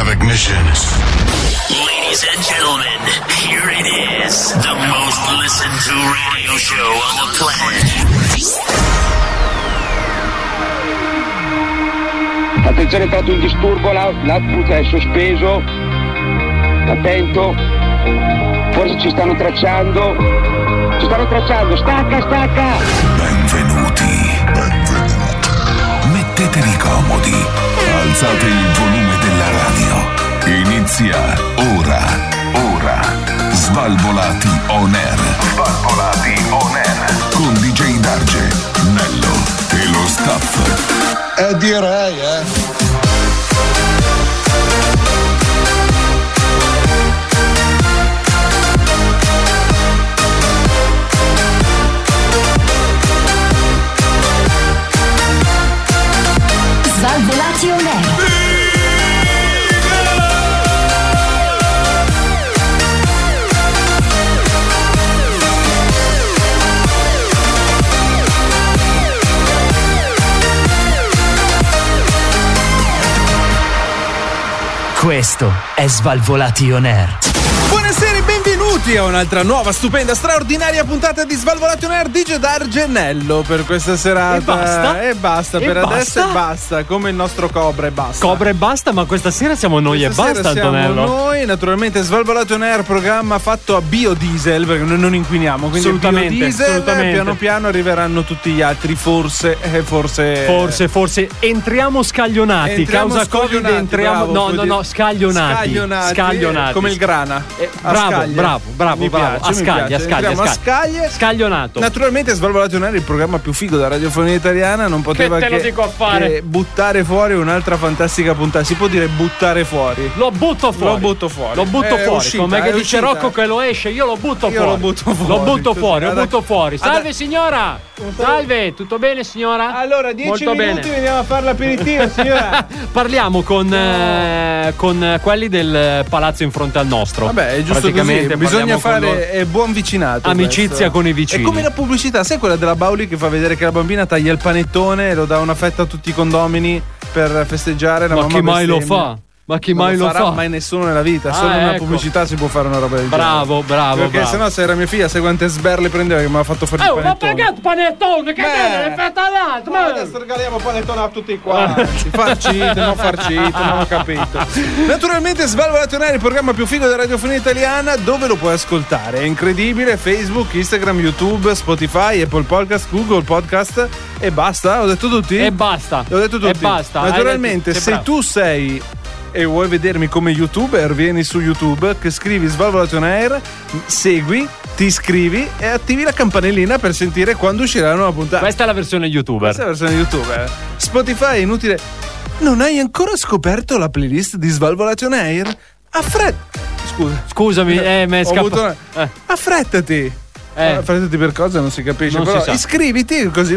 ignitions. Ladies and gentlemen, here it is, the most listened to radio show on the planet. Attenzione, è entrato un disturbo, la- l'output è sospeso. Attento. Forse ci stanno tracciando. Ci stanno tracciando. Stacca, stacca. Benvenuti. Benvenuti. Mettetevi comodi. Alzate il volume della radio. Inizia ora. Ora. Svalvolati on air. Svalvolati on air. Con DJ Darge, Nello e lo staff. Eh direi, eh. Svalvolati on air. Questo è Svalvolati On Air. Buonasera e benvenuti a un'altra nuova, stupenda, straordinaria puntata di Svalvolati On Air DJ D'Argenello per questa serata. E basta. E basta, E per basta. adesso e basta, come il nostro Cobra e basta. Cobra e basta, ma questa sera siamo noi Questa e sera basta, siamo Antonello. Noi, naturalmente, Svalvolato on Air, programma fatto a biodiesel, perché noi non inquiniamo, quindi Assolutamente, biodiesel, eh, assolutamente. piano piano arriveranno tutti gli altri, forse, eh, forse... Forse, forse entriamo scaglionati. Entriamo Causa Covid scaglionati, entriamo. bravo, no, puoi no, dire. no, scaglionati. Scaglionati, Scaglionati. Eh, come il grana. A bravo, scaglie. bravo, bravo, Mi bravo. piace, a mi scaglia, a piace. scaglia, Entriamo a scaglie. Scaglionato. Naturalmente Svalvolato on Air è il programma più figo della radiofonia italiana, non poteva te lo dico a fare? che buttare fuori un'altra fantastica puntata, si può dire buttare fuori. Lo butto fuori. Lo butto fuori. Lo butto È fuori. Eh, uscita, Come è che dice uscita. Rocco che lo esce, io lo butto Io fuori. lo butto fuori. Lo butto Così, fuori, lo ad- butto fuori. ad- Salve signora! Salve, tutto bene signora? Allora, 10 Molto minuti bene. veniamo a fare l'aperitivo, signora. Parliamo con, eh, con eh, quelli del eh, palazzo in fronte al nostro. Vabbè, è giusto Praticamente così. Bisogna parliamo con loro. fare eh, buon vicinato. Amicizia con i vicini. È come la pubblicità, sai quella della Bauli che fa vedere che la bambina taglia il panettone e lo dà una fetta a tutti i condomini per festeggiare la Ma mamma chi mai lo bestemmia? fa? Ma chi Non mai lo, farà fa? mai nessuno nella vita, Ah, solo nella ecco. pubblicità si può fare una roba del genere. Bravo, bravo. Perché bravo. sennò se era mia figlia, se quante sberle prendeva che mi ha fatto fare il Oh, ma panettone. pagato panettone, che Beh. bene, l'hai fatta eh. l'altro. Ma adesso regaliamo panettone a tutti quanti. Farcite, non farcite, non ho capito. Naturalmente Svalvolato On Air è il programma più figo della radiofonia italiana, dove lo puoi ascoltare. È incredibile, Facebook, Instagram, YouTube, Spotify, Apple Podcast, Google Podcast e basta, ho detto tutti? E basta. Ho detto tutti. E basta. hai Naturalmente, detto- se sei bravo. tu sei e vuoi vedermi come youtuber, vieni su YouTube, che scrivi Svalvolato on Air, segui, ti iscrivi e attivi la campanellina per sentire quando uscirà la nuova puntata. Questa è la versione youtuber. Questa è la versione youtuber. Spotify è inutile. Non hai ancora scoperto la playlist di Svalvolato on Air? Affrettati. Scusa. Scusami, eh, mi è Ho avuto scappato. una- Affrettati. Eh. Affrettati per cosa non si capisce. Non però si sa. iscriviti così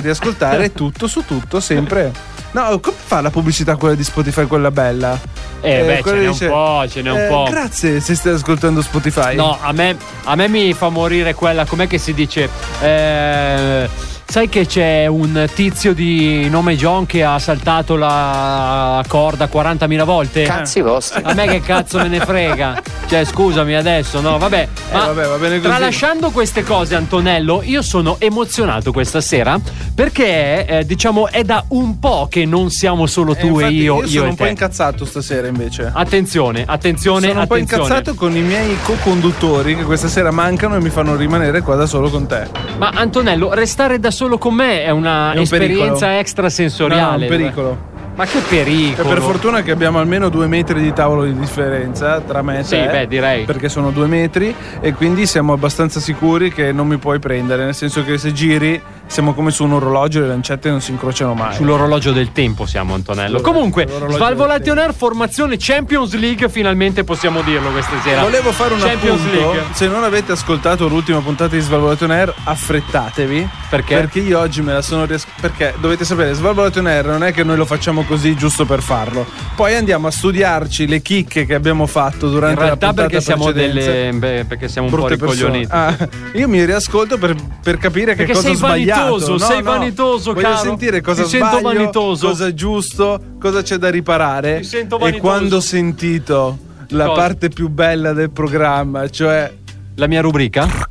riascoltare tutto su tutto sempre. No, come fa la pubblicità quella di Spotify, quella bella? Eh, beh, quella ce n'è un dice, po', ce n'è un eh, po'. Grazie se stai ascoltando Spotify. No, a me, a me mi fa morire quella, com'è che si dice? Eh, sai che c'è un tizio di nome John che ha saltato la corda 40.000 volte? Cazzi vostri. A me che cazzo me ne frega? Cioè, scusami adesso, no, vabbè. Ma Eh, vabbè, va bene così. Tralasciando queste cose, Antonello, io sono emozionato questa sera perché, eh, diciamo, è da un po' che non siamo solo Eh, tu e infatti io, Io io sono e un po' te. incazzato stasera invece. Attenzione, attenzione, Sono un po' attenzione. incazzato con i miei co-conduttori che questa sera mancano e mi fanno rimanere qua da solo con te. Ma Antonello, restare da solo con me è una È un pericolo. esperienza No, extrasensoriale. è un pericolo. Ma che E pericolo? per fortuna che abbiamo almeno due metri di tavolo di differenza tra me e Sì, te. beh, direi. Perché sono due metri e quindi siamo abbastanza sicuri che non mi puoi prendere. Nel senso che se giri siamo come su un orologio e le lancette non si incrociano mai. Sull'orologio del tempo siamo, Antonello. Sull'orologio- Comunque, sull'orologio Svalvolati del on Air, formazione Champions League, finalmente possiamo dirlo questa sera. Volevo fare un Champions appunto. League. Se non avete ascoltato l'ultima puntata di Svalvolato on Air, affrettatevi. Perché? Perché io oggi me la sono ries- Perché dovete sapere, Svalvolato on Air non è che noi lo facciamo così giusto per farlo. Poi andiamo a studiarci le chicche che abbiamo fatto In durante la realtà puntata perché siamo, precedente. delle, beh, perché siamo un po' Brutte persone. ricoglioniti. Ah, io mi riascolto per, per capire Perché che cosa sei ho sbagliato vanitoso, No, sei no. vanitoso, Voglio caro. sentire cosa Ti sento sbaglio, vanitoso. cosa è giusto, cosa c'è da riparare. Ti sento e vanitoso. quando ho sentito la Cosa? parte più bella del programma, cioè La mia rubrica?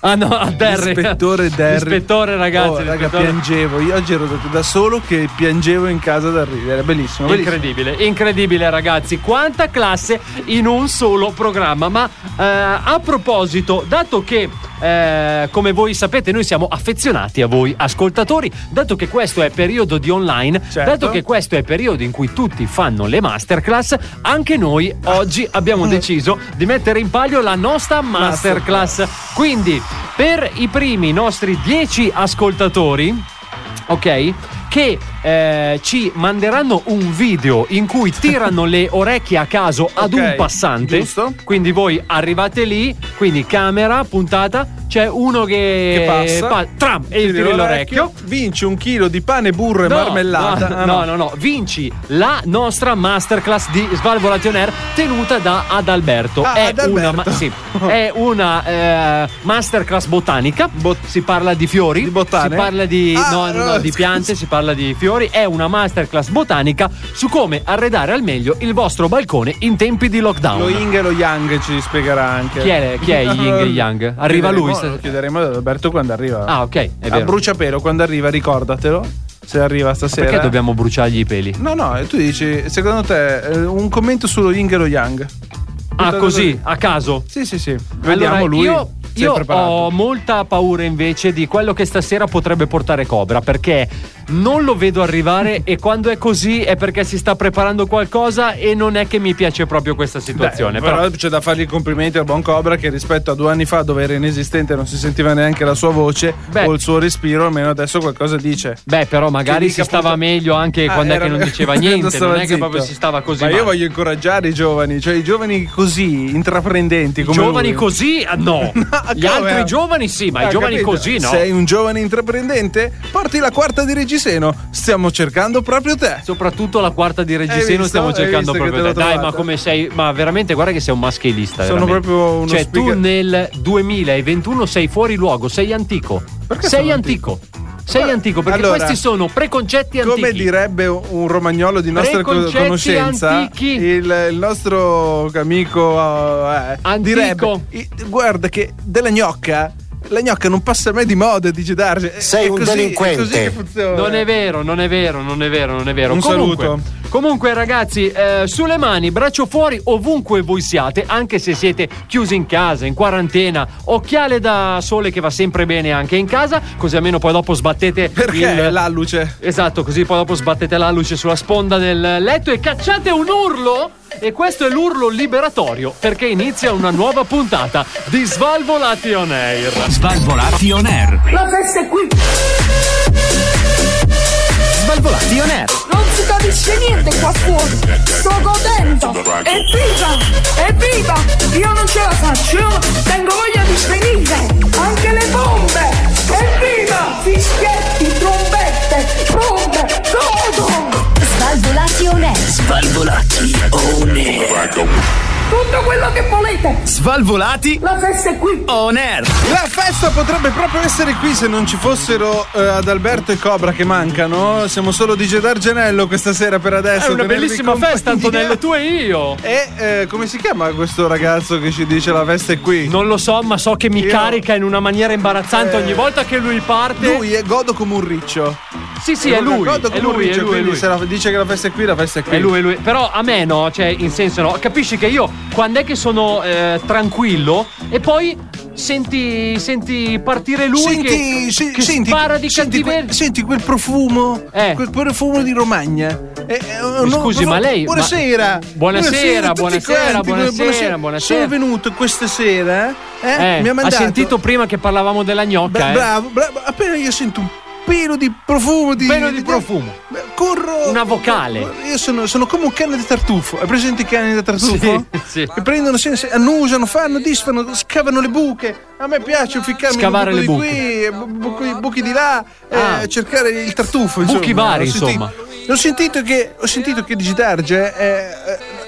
Ah no, a Derry. l'ispettore Derry. L'ispettore, ragazzi. Oh, raga, l'ispettore. piangevo. Io oggi ero da- da solo che piangevo in casa da ridere. Bellissimo, bellissimo. Incredibile, incredibile ragazzi, quanta classe in un solo programma. Ma eh, a proposito, dato che eh, come voi sapete noi siamo affezionati a voi ascoltatori, dato che questo è periodo di online, Certo. dato che questo è periodo in cui tutti fanno le masterclass, anche noi oggi abbiamo deciso di mettere in palio la nostra masterclass. Quindi per i primi nostri 10 ascoltatori ok? Che eh, ci manderanno un video in cui tirano le orecchie a caso ad Ok, un passante. giusto. Quindi voi arrivate lì, quindi camera puntata, c'è uno che, Che passa, Eh, pa- tram, e gli Tiri tira l'orecchio. Vinci un chilo di pane, burro e marmellata. No, Ah, no, no, no. vinci la nostra masterclass di Svalvolation Air tenuta da Adalberto. Ah, è, Adalberto. Una, ma- sì, è una eh, masterclass botanica. Bot- si parla di fiori, Di botane? si parla di, Ah, no, no, no, no, di piante, si parla di fiori. È una masterclass botanica su come arredare al meglio il vostro balcone in tempi di lockdown. Lo Ying e lo Yang ci spiegherà anche. Ah, Chi è- chi è Ying e Yang? Arriva Chiederemo- lui, se- Lo chiederemo ad Alberto quando arriva. Ah, ok, è A vero. bruciapelo quando arriva, ricordatelo. Se arriva stasera. Perché dobbiamo bruciargli i peli? No, no, e tu dici, secondo te, eh, un commento sullo Ying e lo Yang? Ah, Buttalo così, lì. a caso. Sì, sì, sì. Vediamo Allora, lui. Io, se è io preparato. ho molta paura invece di quello che stasera potrebbe portare Cobra perché non lo vedo arrivare e quando è così è perché si sta preparando qualcosa e non è che mi piace proprio questa situazione. Beh, però, però c'è da fargli i complimenti al buon Cobra che rispetto a due anni fa dove era inesistente e non si sentiva neanche la sua voce Beh. o il suo respiro, almeno adesso qualcosa dice. Beh, però magari Che Cioè, dica si stava appunto- meglio anche Ah, quando è era- che non diceva quando niente, stava non è che zitto. proprio si stava così. Ma io male. voglio incoraggiare i giovani, cioè i giovani così intraprendenti come giovani lui. così? Ah, No. Gli come? altri giovani sì, ma Ah, i giovani capito? così no. Sei un giovane intraprendente? Porti la quarta di Regiseno, stiamo cercando proprio te. Soprattutto la quarta di Hai Reggiseno visto? stiamo Hai cercando visto che proprio te. te l'ho Dai, trovata? ma come sei? Ma veramente guarda che sei un maschilista. Sono veramente. proprio uno Cioè, speaker- tu nel 2021 sei fuori luogo, sei antico. Perché sei sono antico? Sei Guarda, antico, perché allora, questi sono preconcetti antichi. Come direbbe un romagnolo di nostra co- Preconcetti conoscenza, antichi. il, il nostro amico eh, Antico. direbbe: "I- Guarda, che della gnocca, la gnocca non passa mai di moda, dice Darge. È- Sei è un così- delinquente. È così che funziona. Non è vero, non è vero, non è vero, non è vero. Un comunque, saluto. comunque, ragazzi, eh, sulle mani, braccio fuori, ovunque voi siate, anche se siete chiusi in casa, in quarantena, occhiale da sole che va sempre bene anche in casa, così almeno poi dopo sbattete Perché il- l'alluce? Esatto, così poi dopo sbattete la luce sulla sponda del letto e cacciate un urlo. E questo è l'urlo liberatorio perché inizia una nuova puntata di Svalvolati on Air. Svalvolati on air. La festa è qui, Svalvolati on air. non si capisce niente qua fuori. Sto godendo. Evviva! Evviva! Io non ce la faccio, io tengo voglia di svenire. Anche le bombe! Evviva! Fischietti, trombette, bombe, godo! Svalvolati on air. Svalvolati on air. Tutto quello che volete. Svalvolati La festa è qui. on air. La festa potrebbe proprio essere qui se non ci fossero eh, Adalberto e Cobra che mancano. Siamo solo DJ Dargenello questa sera per È adesso. una tenervi bellissima compagnia. festa, Antonello, tu e io. E eh, come si chiama questo ragazzo che ci dice la festa è qui? Non lo so, ma so che mi Io- carica in una maniera imbarazzante Eh, ogni volta che lui parte. Lui è godo come un riccio. sì, sì, è lui. Godo È come un lui, è riccio, lui, è quindi lui. se la- dice che la festa è qui, la festa è qui. È lui, è lui. Però a me no, cioè, in senso no. Capisci che io quando è che sono eh, tranquillo e poi senti, senti partire lui Senti, che, se- che senti, spara di senti, cattiveria. quel, senti quel profumo, Eh. quel profumo di Romagna. Eh, eh, Mi no, scusi, no, ma lei- Buonasera. ma- Buonasera, a tutti buonasera, quanti, buonasera, Sono buonasera. venuto questa sera. Eh, Eh, mi ha mandato. Ha sentito prima che parlavamo della gnocca, Bra- eh? bravo, bravo. Appena io sento un pelo di profumo di. Pelo di profumo. Beh, Corro. Una vocale. Io sono, sono come un cane di tartufo. Hai presente i cani da tartufo? Sì, sì. Che prendono, senso, annusano, fanno, disfano, scavano le buche. A me piace ficcarmi in un Scavare buco le di qui, e bu- buco- i buchi di là, Ah. eh, cercare il tartufo. Insomma. Buchi vari, Ho sentito- insomma. Ho sentito che, ho sentito che Digitarge è,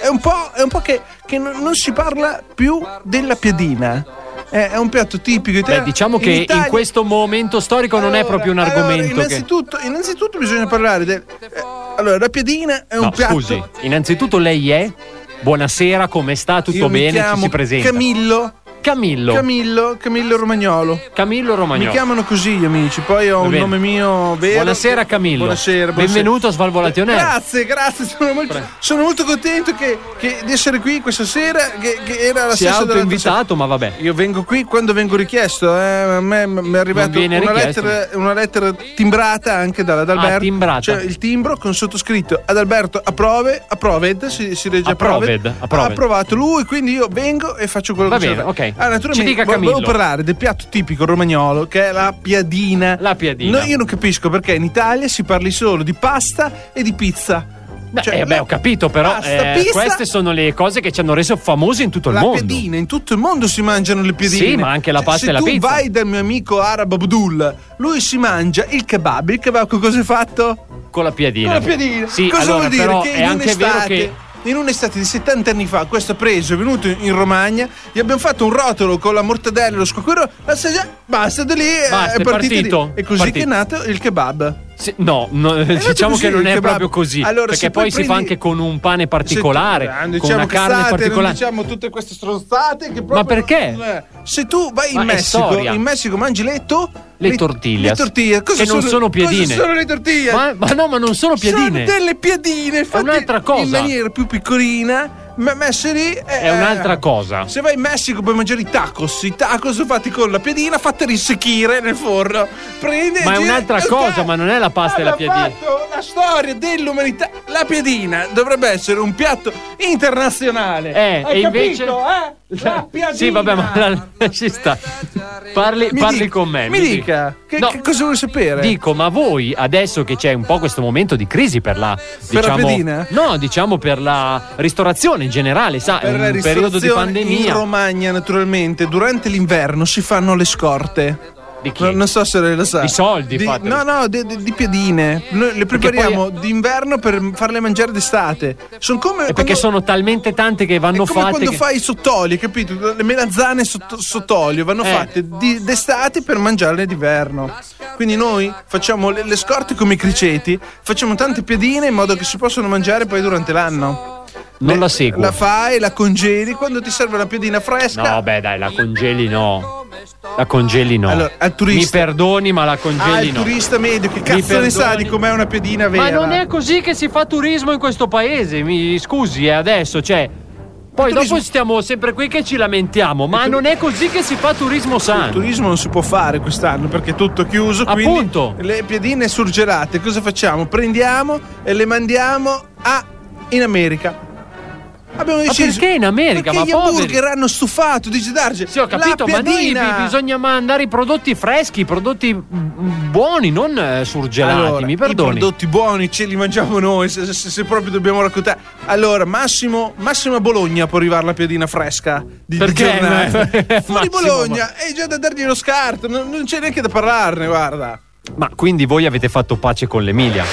è un po', è un po' che, che non non si parla più della piadina. è, è un piatto tipico italiano. Beh, diciamo che in, Italia- questo momento storico non è Allora, proprio un allora, argomento. che... innanzitutto, innanzitutto bisogna parlare del. eh, allora, la piadina è un No, piatto. scusi, innanzitutto lei è. Buonasera, come sta? Tutto Io mi bene? Ci chiamo si presenta. Camillo. Camillo. Camillo, Camillo Romagnolo. Camillo Mi Romagnolo. chiamano così gli amici, poi ho Va un bene. nome mio vero. Buonasera Camillo. Buonasera, buonasera. Benvenuto a Svalvolazione. Grazie, grazie, sono molto, sono molto contento che- che- di essere qui questa sera, che, che era la Si è stessa dell'altra autoinvitato, ma vabbè. sera. Io vengo qui quando vengo richiesto, eh, a me m- mi è arrivata viene una richiesto. Ah, lettera, una lettera timbrata anche da- ad Alberto. timbrata. Cioè il timbro con sottoscritto ad Alberto Approve, Approved, si, si legge Approved, Approved. approved. Ha approvato lui, quindi io vengo e faccio quello Va che bene, c'è da fare. ok. Ah, naturalmente, Ci dica vo- volevo Camillo. parlare parlare del piatto tipico romagnolo che è la piadina. La piadina. No, io non capisco perché in Italia si parli solo di pasta e di pizza. Beh, Cioè, eh, beh, la- ho capito, però pasta, eh, pizza, queste sono le cose che ci hanno reso famosi in tutto il la mondo. piadina, in tutto il mondo si mangiano le piadine. Sì, ma anche la pasta se e la pizza. tu vai dal mio amico arabo Abdul, lui si mangia il kebab. Il kebab con cosa è fatto? Con la piadina. Con la piadina. Sì, Cosa allora, vuol dire? però che è in anche vero un'estate, che in un'estate di 70 anni fa, questo preso è venuto in Romagna, gli abbiamo fatto un rotolo con la mortadella e lo squacquero, la assaggia, basta da lì eh, Basta, è è partito. partito. Lì. È così Partito. che è nato il kebab. Sì, no, no, È nato diciamo così che non il è kebab. proprio così. Allora, perché se poi si fa prendi- anche con un pane particolare, Se tu- con non diciamo una carne cazzate, Non particolare. diciamo tutte queste stronzate che proprio Ma perché? non è. Se tu vai in Ma è Messico, storia. in Messico mangi letto Le tortillas. Le tortille, cosa Che non sono piadine. Cosa sono le tortille? Ma, ma no, ma non sono piadine. Sono delle piadine fatte un'altra cosa. in maniera più piccolina, ma messe lì eh, È un'altra cosa. Se vai in Messico puoi mangiare i tacos, i tacos sono fatti con la piadina fatta rinsecchire nel forno. Prendi, Ma è gira- un'altà eh, cosa, ma non è la pasta e la abbiamo piadina. fatto la storia dell'umanità, la piadina dovrebbe essere un piatto internazionale. Eh, Hai e capito, invece- eh? La piadina. Sì, vabbè, ma la- ci sta. Parli, Mi parli dica- con me. Mi dica, che, No, che cosa vuoi sapere? Dico, ma voi adesso che c'è un po' questo momento di crisi per la Per la diciamo, pedina? No, diciamo per la ristorazione in generale, sa, per è la un periodo di ristorazione in pandemia. Romagna naturalmente durante l'inverno si fanno le scorte Di chi? No, non so se lei lo sa Di soldi Di- fatele. no no di, di- di piedine Noi le Perché prepariamo d'inverno per farle mangiare d'estate sono come È perché quando- sono talmente tante che è vanno come fatte. quando che- fai i sottoli capito le melanzane sotto- sottolio vanno Eh. fatte di- d'estate per mangiarle d'inverno quindi noi facciamo le, le scorte come i criceti facciamo tante piedine in modo che si possono mangiare poi durante l'anno Non le- la seguo. La fai, la congeli. Quando ti serve una piadina fresca. No, beh, dai, la congeli no. La congeli no. Allora, al turista- Mi perdoni, ma la Ah, il congeli no. turista medio, che cazzo ne sa perdoni? di com'è una piadina vera? Ma non è così che si fa turismo in questo paese, mi scusi, eh, adesso, cioè. Poi turismo- dopo stiamo sempre qui che ci lamentiamo, ma non è così che si fa turismo Il sano. turismo non si può fare quest'anno perché è tutto chiuso. quindi Appunto. Le piadine surgelate, cosa facciamo? Prendiamo e le mandiamo a, in America. Abbiamo deciso. perché in America? Perché Ma gli poveri. hamburger hanno stufato di girarci. Sì, ho capito, La ma noi piadina- bi- bisogna mandare i prodotti freschi, i prodotti mm, buoni, non eh, surgelati, Allora, mi I perdoni. prodotti buoni ce li mangiamo noi, se, se- se proprio dobbiamo raccontare. Allora, Massimo, Massimo a Bologna può arrivare la piadina fresca di, di Perché? giornata. Eh, Fuori Massimo, Bologna, è già da dargli lo scarto, non, non c'è neanche da parlarne, guarda. Ma quindi voi avete fatto pace con l'Emilia?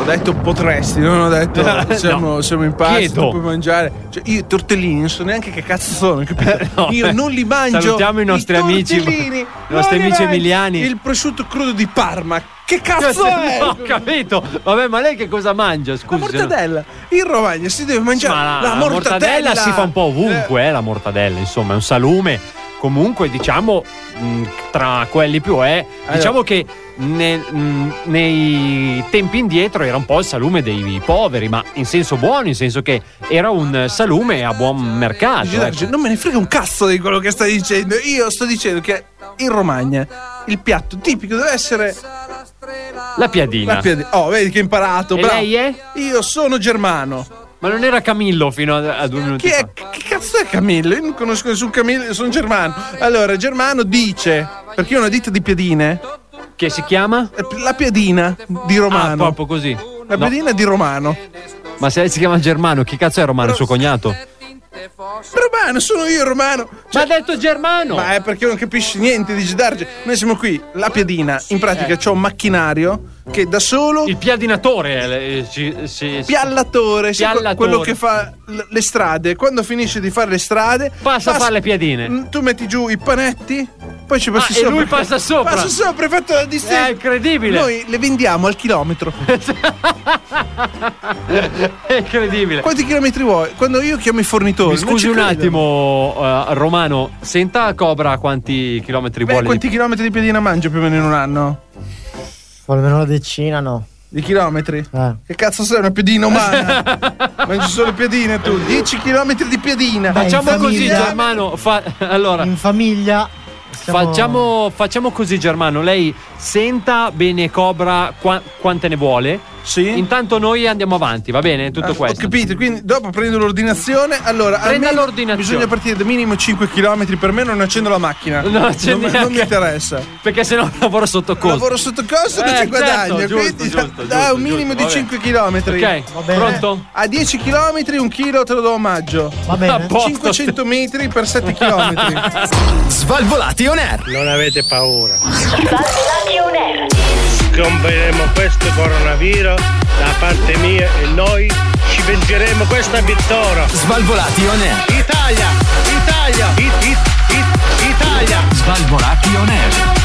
Ho detto potresti, non ho detto No. siamo, siamo in pace, Chiedo. tu puoi mangiare. Cioè, io i tortellini non so neanche che cazzo sono, capito? no. Io non li mangio. Salutiamo i nostri amici- tortellini, i nostri non li amici mangio. emiliani. Cioè, Il prosciutto crudo di Parma. Che cazzo è? No, ho capito. Vabbè, ma lei che cosa mangia? La Scusi. no? mortadella. In Romagna si deve mangiare Ma Eh, cioè, la, mortadella. si fa un po' ovunque, eh, la mortadella, insomma, è un salume. Comunque, diciamo, mh, tra quelli più è, diciamo che ne- mh, nei tempi indietro era un po' il salume dei poveri, ma in senso buono, in senso che era un salume a buon Eh, mercato. Giuseppe, ecco. Non me ne frega un cazzo di quello che stai dicendo. Io sto dicendo che in Romagna il piatto tipico deve essere La piadina. la piadina. Oh, vedi che ho imparato. E bravo. lei è? Io sono germano. Ma non era Camillo fino a, a due minuti Chi fa. è? Che cazzo è Camillo? Io non conosco nessun Camillo, sono germano. Allora, germano dice, perché io ho una ditta di piadine, Che si chiama? eh, la piadina di Ah, Romano. proprio così. la No, piadina di Romano. Ma se si chiama Germano, chi cazzo è Romano? Il suo cognato? Romano, sono io Romano. Cioè, Ma ha detto Germano! Ma è perché non capisci niente di Gidarge. Noi siamo qui, la piadina. In pratica c'ho un macchinario che da solo Il piadinatore eh, eh, ci- si- si- piallatore, sì, Piallatore. quello che fa l- le strade. Quando finisce di fare le strade, Passa a fare le piadine. Mm, Tu metti giù i panetti, poi ci passi Ah, e sopra. lui passa sopra. Passa sopra, hai fatto la distesa. È incredibile. Noi le vendiamo al chilometro. è incredibile. Quanti chilometri vuoi? Quando io chiamo i fornitori. Mi non scusi ci un credono. attimo, eh, Romano, senta Cobra quanti chilometri Beh, vuole. quanti chilometri di piadina mangio più o meno in un anno? almeno una decina, no. Di chilometri? Eh. Che cazzo sei una piadina umana? Mangi solo piadine tu. 10 chilometri di piadina. Dai, Facciamo in così, famiglia. Germano. fa- allora, In famiglia. siamo- facciamo, facciamo così, Germano. Lei senta bene Cobra qua- quante ne vuole. Sì. Intanto noi andiamo avanti, va bene? Tutto Ah, Ho questo. capito, quindi dopo prendo l'ordinazione. Allora, Prenda almeno l'ordinazione. Bisogna partire da minimo 5 km per me, non accendo la macchina. Non accendi non, non mi neanche- interessa. Perché sennò lavoro sotto costo. Lavoro sotto costo non Eh, ci certo, guadagno. giusto, quindi giusto, da- giusto, da un giusto, minimo va di bene. 5 km. Ok, bene. pronto? A 10 km un chilo te lo do a maggio. Va Ah, bene. boh. Posto. 500 metri per 7 km. Svalvolati on air. Non avete paura. Scomperemo questo coronavirus da parte mia e noi ci vengeremo questa vittoria. Svalvolati on air. Italia! Italia! It, it, it, Italia! Svalvolati on air.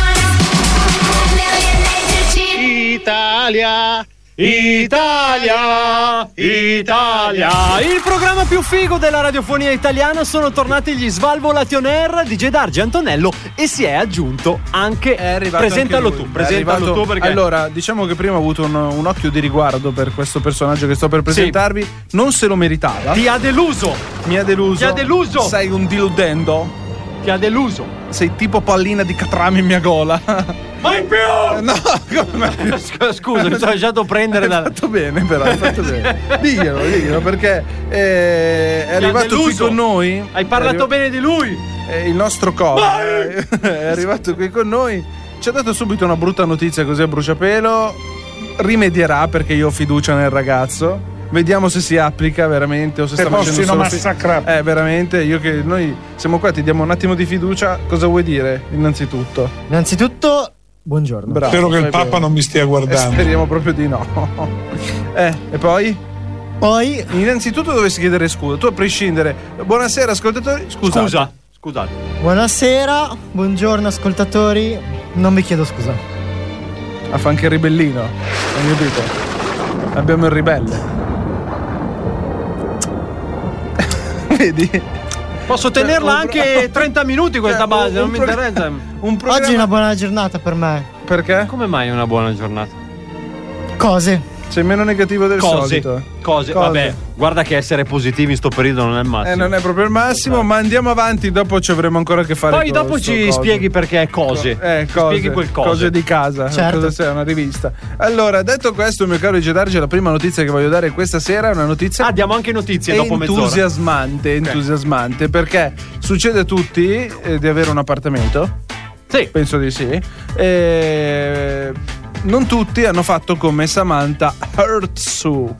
Italia! Italia, Italia. Ah, Il programma più figo della radiofonia italiana sono tornati gli Svalvolati on Air di Gedarge Antonello e si è aggiunto anche È arrivato presentalo anche lui. tu, È presentalo arrivato- tu perché Allora, diciamo che prima ho avuto un, un occhio di riguardo per questo personaggio che sto per presentarvi. Non se lo meritava. ti ha deluso, Mi ha deluso. Ti ha deluso. Sei un diludendo. ti ha deluso. Sei tipo pallina di catrame in mia gola. Ma in più! no, come Scusa, mi sono lasciato prendere Hai da fatto bene però, hai fatto bene. Diglielo, diglielo perché eh, è Ti ha arrivato qui deluso. con noi. Hai parlato È bene di lui. arri- eh, il nostro cobra eh, è arrivato qui con noi. Ci ha dato subito una brutta notizia così a bruciapelo. Rimedierà perché io ho fiducia nel ragazzo. Vediamo se si applica veramente o se sta facendo solo fi- Eh, veramente, io che noi siamo qua, ti diamo un attimo di fiducia. Cosa vuoi dire innanzitutto? Innanzitutto, buongiorno. Bravo. Spero che il Papa non mi stia guardando. speriamo proprio di no. Eh, e poi? Poi, Innanzitutto dovresti chiedere scusa. Tu a prescindere. Buonasera ascoltatori. Scusa. Scusa, scusate. buonasera, buongiorno ascoltatori. Non vi chiedo scusa. Ah, fa anche il ribellino. Non capito. Abbiamo il ribelle. Vedi? Posso tenerla Cioè, un- anche 30 minuti questa Cioè, base, un- non un mi pro- interessa. Oggi Un è programma una buona giornata per me. perché? Come mai una buona giornata? Cose. Sei meno negativo del Cose, solito. eh. cose, vabbè, guarda che essere positivi in sto periodo non è il massimo. Eh, non è proprio il massimo, ma andiamo avanti, dopo ci avremo ancora a che fare Poi con dopo sto ci coso. spieghi perché cose. Eh, cose, Spieghi quel cose. cose di casa, Certo. cosa sei, una rivista. Allora, detto questo, mio caro Gedarge, la prima notizia che voglio dare questa sera è una notizia Ah, diamo anche notizie dopo mezz'ora. entusiasmante, entusiasmante, perché succede a tutti eh, di avere un appartamento, Sì. penso di sì. e non tutti hanno fatto come Samantha Hertzu.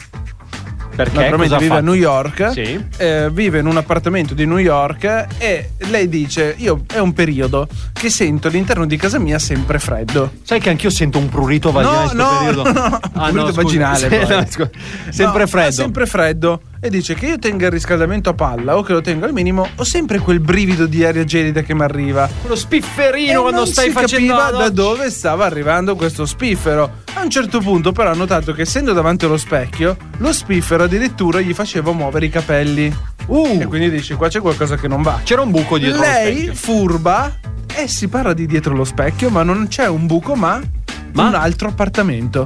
Perché Naturalmente cosa vive fa? a New York, Sì. eh, vive in un appartamento di New York e lei dice, io è un periodo che sento all'interno di casa mia sempre freddo. Sai che anch'io sento un prurito No, vaginale in no, questo periodo. no, no, no. Ah, Prurito no, scusa. vaginale, Sì, poi. no, scusa. sempre No, freddo. è sempre freddo. E dice che io tenga il riscaldamento a palla o che lo tenga al minimo, ho sempre quel brivido di aria gelida che mi arriva. Quello E spifferino quando non stai si facendo capiva la- da dove stava arrivando questo spiffero. A un certo punto, però, ha notato che essendo davanti allo specchio, lo spiffero addirittura gli faceva muovere i capelli. E Uh, quindi dice: Qua c'è qualcosa che non va. c'era un buco dietro lo Lei, specchio. furba, e si parla di dietro lo specchio, ma non c'è un buco, ma, Ma? un altro appartamento.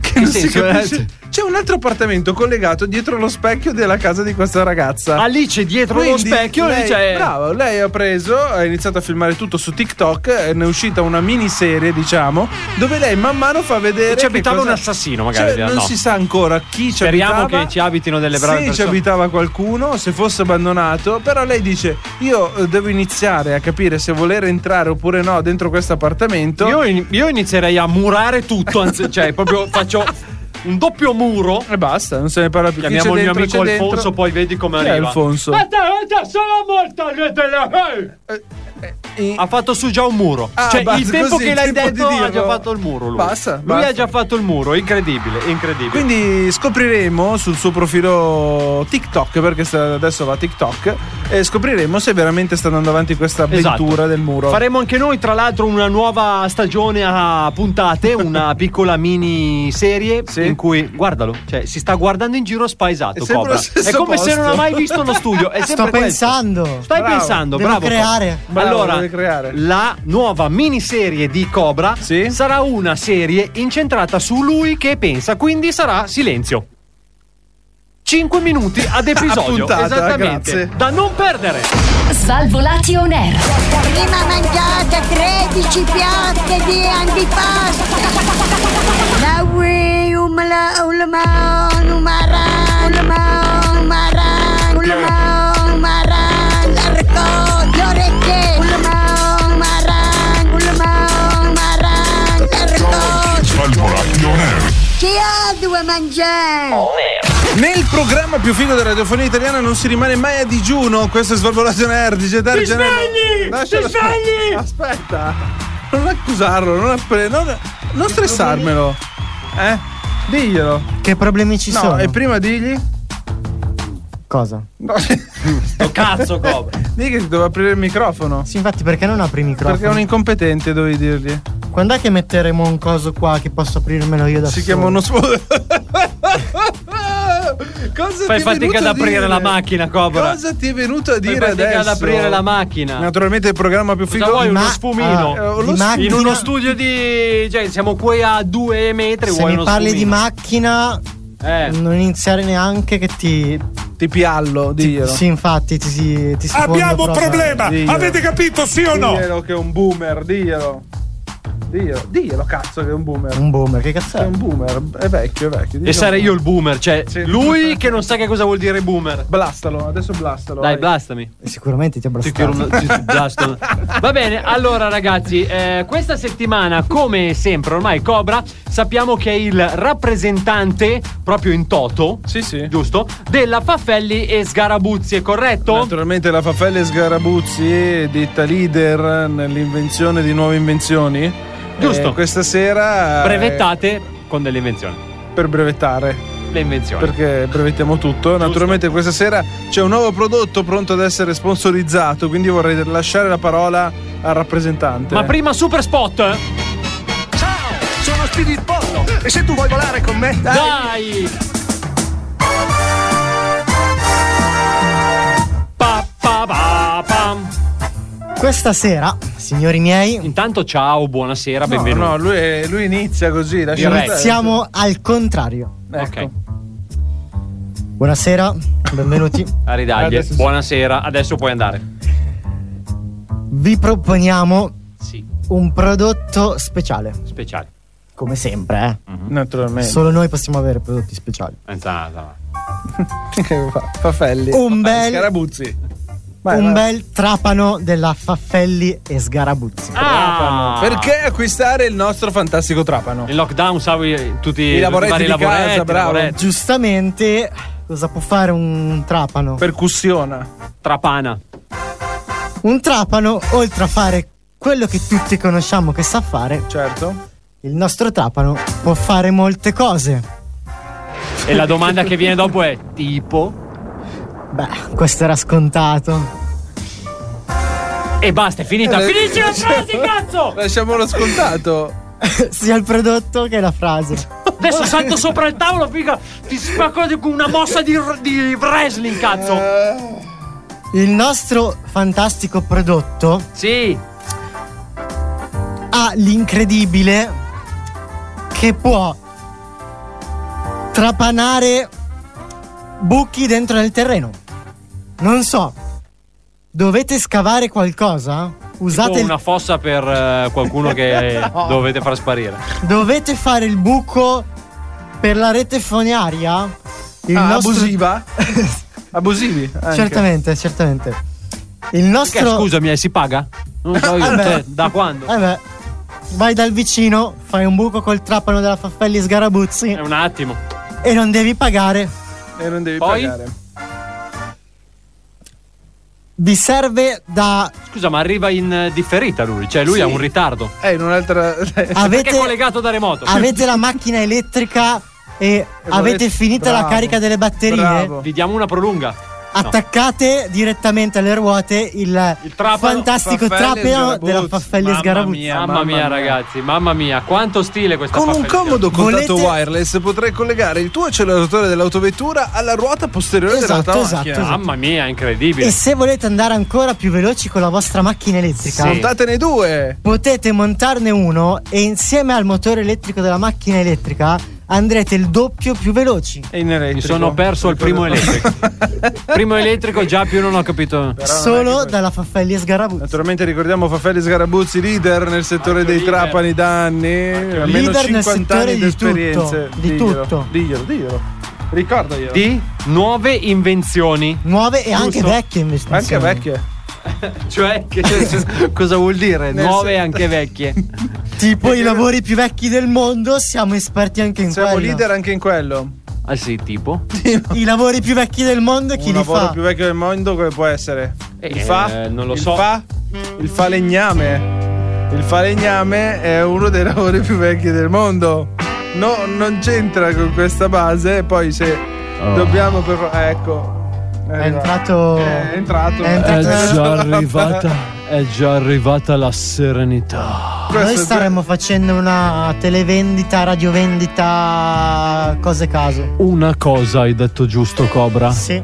Che, non si senso è? capisce. C'è un altro appartamento collegato dietro lo specchio della casa di questa ragazza. Alice dietro lo Quindi specchio cioè- lei, dice "Eh, bravo, lei ha preso, ha iniziato a filmare tutto su TikTok, e ne è uscita una miniserie, diciamo, dove lei man mano fa vedere. Ci che abitava cosa- un assassino, magari, Cioè, non no. si sa ancora chi ci Speriamo abitava. che ci abitino delle brave Se ci persone. abitava qualcuno, se fosse abbandonato, però lei dice: Io eh, devo iniziare a capire se voler entrare oppure no dentro questo appartamento. Io, in- io inizierei a murare tutto, anzi, cioè proprio faccio un doppio muro. E basta, non se ne parla più. Chi Chiamiamo c'è il mio dentro, amico c'è Alfonso, dentro. poi vedi come Chi è arriva. Alfonso? Aspetta, aspetta, sono morto! io te la- eh! eh, Ha fatto su già un muro. Ah, cioè, basta, il tempo così, che il l'hai tempo di detto ha già dirlo. fatto il muro. Lui, Basta, lui basta. ha già fatto il muro. Incredibile, incredibile. Quindi scopriremo sul suo profilo TikTok, perché sta- adesso va a TikTok, e scopriremo se veramente sta andando avanti questa avventura Esatto. del muro. Faremo anche noi, tra l'altro, una nuova stagione a puntate, una piccola mini serie in cui, guardalo, cioè, si sta guardando in giro spaesato. È sempre Cobra. lo stesso È come se posto. non ha mai visto uno studio. È sempre Sto questo. pensando. Stai Bravo. pensando, Devo bravo. creare. Cobra. Bravo, allora, deve creare. la nuova miniserie di Cobra Sì. sarà una serie incentrata su lui che pensa, quindi sarà silenzio. 5 minuti ad episodio. puntata, esattamente. grazie. Da non perdere. Svalvolati on air. Prima mangiate 13 piatte di antipasto. La um, ui, umla, ulma, umara, ulma, umara, ulma, umara, um, l'arco, Um, l'orecchie, ulma, umara, ulma, umara, um, l'arco. Svalvolati on air. Chi ha due mangiare? Nel programma più figo della radiofonia italiana non si rimane mai a digiuno. Questo è Svalvolato on Air, DJ Dario Ti Giannello. svegli! Lascialo- Ti svegli! Aspetta, non accusarlo, non, appre- non- non stressarmelo. Eh? Diglielo. Che problemi ci no, sono? e prima digli. Cosa? No. Sto cazzo, Cobra. Digli che devo aprire il microfono. Sì, infatti, perché non apri i microfoni? Perché è un incompetente, dovevi dirgli. Quando è che metteremo un coso qua che posso aprirmelo io da Si solo? chiama uno sposo. Cosa Fai ti è fatica venuto ad a aprire dire? la macchina, Cobra. Cosa ti è venuto a Fai dire fatica adesso? ad aprire la macchina. Naturalmente il programma più figo. Cosa vuoi? Uno Ma- sfumino. ah, Eh, lo di s- macchina- In uno studio di. Cioè, siamo qui a due metri. Se vuoi mi uno parli di sfumino? macchina, Eh. non iniziare neanche che ti. Ti piallo, diglielo. Sì, infatti, ti si. Ti si fonde proprio. Ah, Diglielo. Avete capito, sì Diglielo che è un boomer, diglielo. Diglielo, diglielo cazzo che è un boomer. Un boomer, che cazzo È è? un boomer, è vecchio, è vecchio. E sarei io il boomer, cioè Sì. lui che non sa che cosa vuol dire boomer. Blastalo, adesso blastalo. Dai, vai. blastami. Eh, Sicuramente ti ho Ti tiro blastato. un- ti- ti- blasto. Va bene, allora ragazzi, eh, questa settimana, come sempre, ormai Cobra, sappiamo che è il rappresentante proprio in toto, Sì, sì. giusto? Della Faffelli e Sgarabuzzi, è corretto? Naturalmente la Fafelle Sgarabuzzi, ditta leader nell'invenzione di nuove invenzioni. Giusto. Eh, questa sera. eh, Brevettate con delle invenzioni. Per brevettare, Le invenzioni. perché brevettiamo tutto. Naturalmente questa sera c'è un nuovo prodotto pronto ad essere sponsorizzato, quindi vorrei lasciare la parola al rappresentante. Ma prima super spot! Sono Speedy Pollo e se tu vuoi volare con me, Dai! Pa, pa, pa, pam. Questa sera, signori miei, Intanto ciao, buonasera, No, benvenuti. no, lui, è- lui inizia così. lascia Direi. stare. Eh, siamo al contrario. Ecco. Ok, Buonasera, benvenuti. a ridaglie. Eh, Adesso sì. Buonasera, adesso puoi andare. Vi proponiamo Sì, un prodotto speciale. speciale. Come sempre, eh. Naturalmente. Solo noi possiamo avere prodotti speciali. Senza- Che fa? Fafelli. Un bel- Sgarabuzzi. Vai, un vai. bel trapano della Faffelli e Sgarabuzzi. Ah! Perché acquistare il nostro fantastico trapano? In lockdown sai tutti I lavoretti tutti i vari di casa, lavoretti, bravo. lavoretti. Giustamente, cosa può fare un trapano? Percussiona. Trapana. Un trapano, oltre a fare quello che tutti conosciamo che sa fare, Certo. il nostro trapano può fare molte cose. E la domanda che viene dopo è tipo Beh, questo era scontato. e basta, è finita. Finisci la frase, cazzo! Oh. Lasciamolo scontato. Sia il prodotto che la frase. Adesso salto sopra il tavolo, figa, ti spacco con una mossa di, di wrestling, cazzo. Il nostro fantastico prodotto Sì, ha l'incredibile che può trapanare buchi dentro nel terreno. Non so, dovete scavare qualcosa? Usate tipo il- una fossa per eh, qualcuno che dovete far sparire. dovete fare il buco per la rete fognaria? Il Ah, nostro- Abusiva? Abusivi? anche. certamente, certamente. Il Che nostro... scusami, eh, si paga? Non so io, Vabbè. cioè, da quando? Eh beh, vai dal vicino, fai un buco col trapano della Faffelli Sgarabuzzi. Eh, un attimo. E non devi pagare. E non devi Poi? pagare. Vi serve da. Scusa, ma arriva in eh, differita lui, cioè lui Sì. ha un ritardo. Eh, in un'altra. Perché è collegato da remoto. Avete la macchina elettrica e avete finita la Eh, Bravo. carica delle batterie. Vi diamo una prolunga. Attaccate direttamente alle ruote il, Faffelli fantastico e trapano Sgarabuzzi. della Faffelli Mamma Sgarabuzzi. mia, Mamma mia, ragazzi, mamma mia, quanto stile questa Con un Faffelli. comodo contatto Volete- wireless potrai collegare il tuo acceleratore dell'autovettura alla ruota posteriore Esatto, della tua esatto, macchina. esatto. Mamma mia, incredibile. E se volete andare ancora più veloci con la vostra macchina elettrica, Sì. Montatene due. Potete montarne uno e insieme al motore elettrico della macchina elettrica andrete il doppio più veloci. Mi sono perso al primo elettrico. primo elettrico già più non ho capito. Solo dalla Faffelli e Sgarabuzzi. Naturalmente ricordiamo Faffelli Sgarabuzzi, leader nel settore dei trapani da anni, almeno leader nel 50 anni settore di di tutto, esperienze. di Diglielo, tutto. Diglielo, diglielo. Ricordaglielo. Di nuove invenzioni. Nuove e anche Giusto. vecchie investizioni. Anche vecchie. Cioè, che- cosa vuol dire? Nel nuove e sen- anche vecchie. Tipo i lavori più vecchi del mondo, siamo esperti anche in Siamo quello. leader anche in quello. Ah sì, tipo? I lavori più vecchi del mondo, Un chi li lavoro fa? più vecchio del mondo come può essere? Il Eh, fa? non lo il so. Fa? Il falegname. Il falegname è uno dei lavori più vecchi del mondo. No, non c'entra con questa base. e Poi se Oh. dobbiamo per fa- Ecco. È entrato. Eh, È entrato. Eh, è già arrivata la serenità. Noi staremmo facendo una televendita, radiovendita, cose caso. Una cosa hai detto giusto, Cobra? Sì.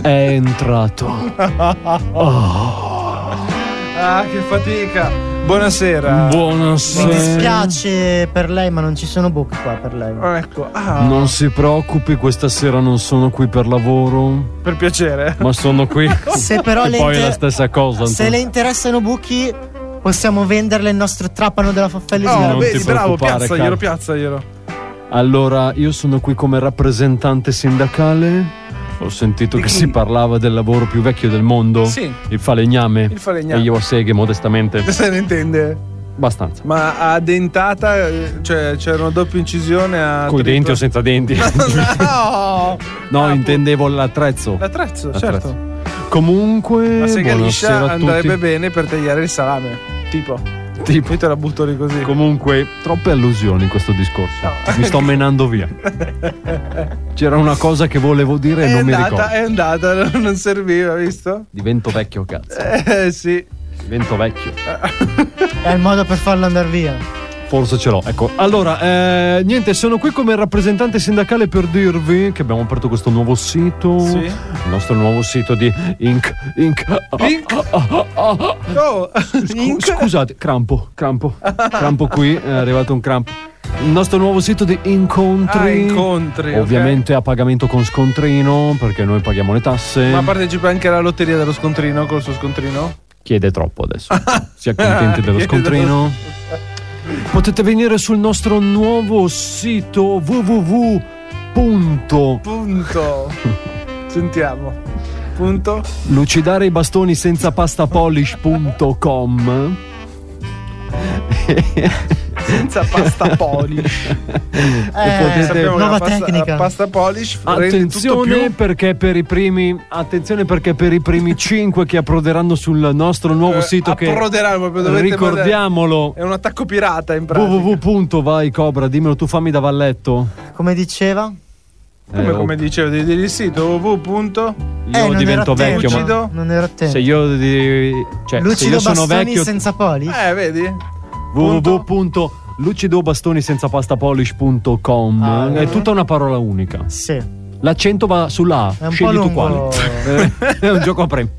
È entrato. Ah, che fatica. Buonasera. Buonasera. Mi dispiace per lei, ma non ci sono buchi qua per lei. Ecco, ah, Non si preoccupi, questa sera non sono qui per lavoro, per piacere. ma sono qui. Certo. Se però Che le poi è inter- la stessa cosa. Se le interessano buchi, possiamo venderle il nostro trapano della Faffelli No, Sgarabuzzi. non ti Vedi, bravo, preoccupare, piazzaglielo, caro. piazzaglielo. Allora, io sono qui come rappresentante sindacale. Ho sentito Di che chi? si parlava del lavoro più vecchio del mondo. Sì. Il falegname. Il falegname. E io a seghe, modestamente. Se ne intende. Abbastanza. Ma a dentata, eh, cioè c'era una doppia incisione a. Coi denti o senza denti? No! no, intendevo l'attrezzo. L'attrezzo, L'attrezzo. Ah, certo. Comunque. La sega liscia Eh, buonasera a tutti. andrebbe bene per tagliare il salame. Tipo. Tipo. Io te la butto lì così. Comunque, troppe allusioni in questo discorso. Mi sto menando via. C'era una cosa che volevo dire e È non Eh, mi andata, ricordo. è andata, non- non serviva, visto? Divento vecchio, cazzo. Eh sì. Divento vecchio. È il modo per farlo andare via. Forse ce l'ho, ecco. Allora, eh, niente, sono qui come rappresentante sindacale per dirvi che abbiamo aperto questo nuovo sito. Sì. Il nostro nuovo sito di Inc. Inc. ah, Inc. ah, ah, ah. Oh, Scu- Inc. Scusate, crampo, crampo. Crampo qui, è arrivato un crampo. Il nostro nuovo sito di incontri. Ah, incontri, ok. Ovviamente a pagamento con scontrino, perché noi paghiamo le tasse. Ma partecipa anche alla lotteria dello scontrino, col suo scontrino? Chiede troppo adesso. Si accontenti dello Chiede scontrino. Potete venire sul nostro nuovo sito www. Punto. Sentiamo. Punto. lucidare i bastoni senza pasta polish.com Senza pasta polish. Sappiamo che Eh, nuova la pasta, tecnica. La pasta polish rende tutto Eh, Attenzione più perché per i primi attenzione perché per i primi 5 che approderanno sul nostro nuovo Eh, sito che approderanno, proprio dovete Eh, ricordiamolo È un attacco pirata in pratica. www.vai cobra dimmelo tu fammi da valletto Come diceva? Come, Eh, come dicevo, devi dire il sito www. io Eh, non divento ero attento, vecchio ma Lucido. Non ero attento. se io di- cioè se Lucido io sono Bastoni vecchio senza poli? Eh, vedi? www.lucidobastonisenzapastapolish.com è tutta una parola unica Sì. È L'accento va sulla A, un scegli po' tu quale. lungo. Eh, è un gioco a premi.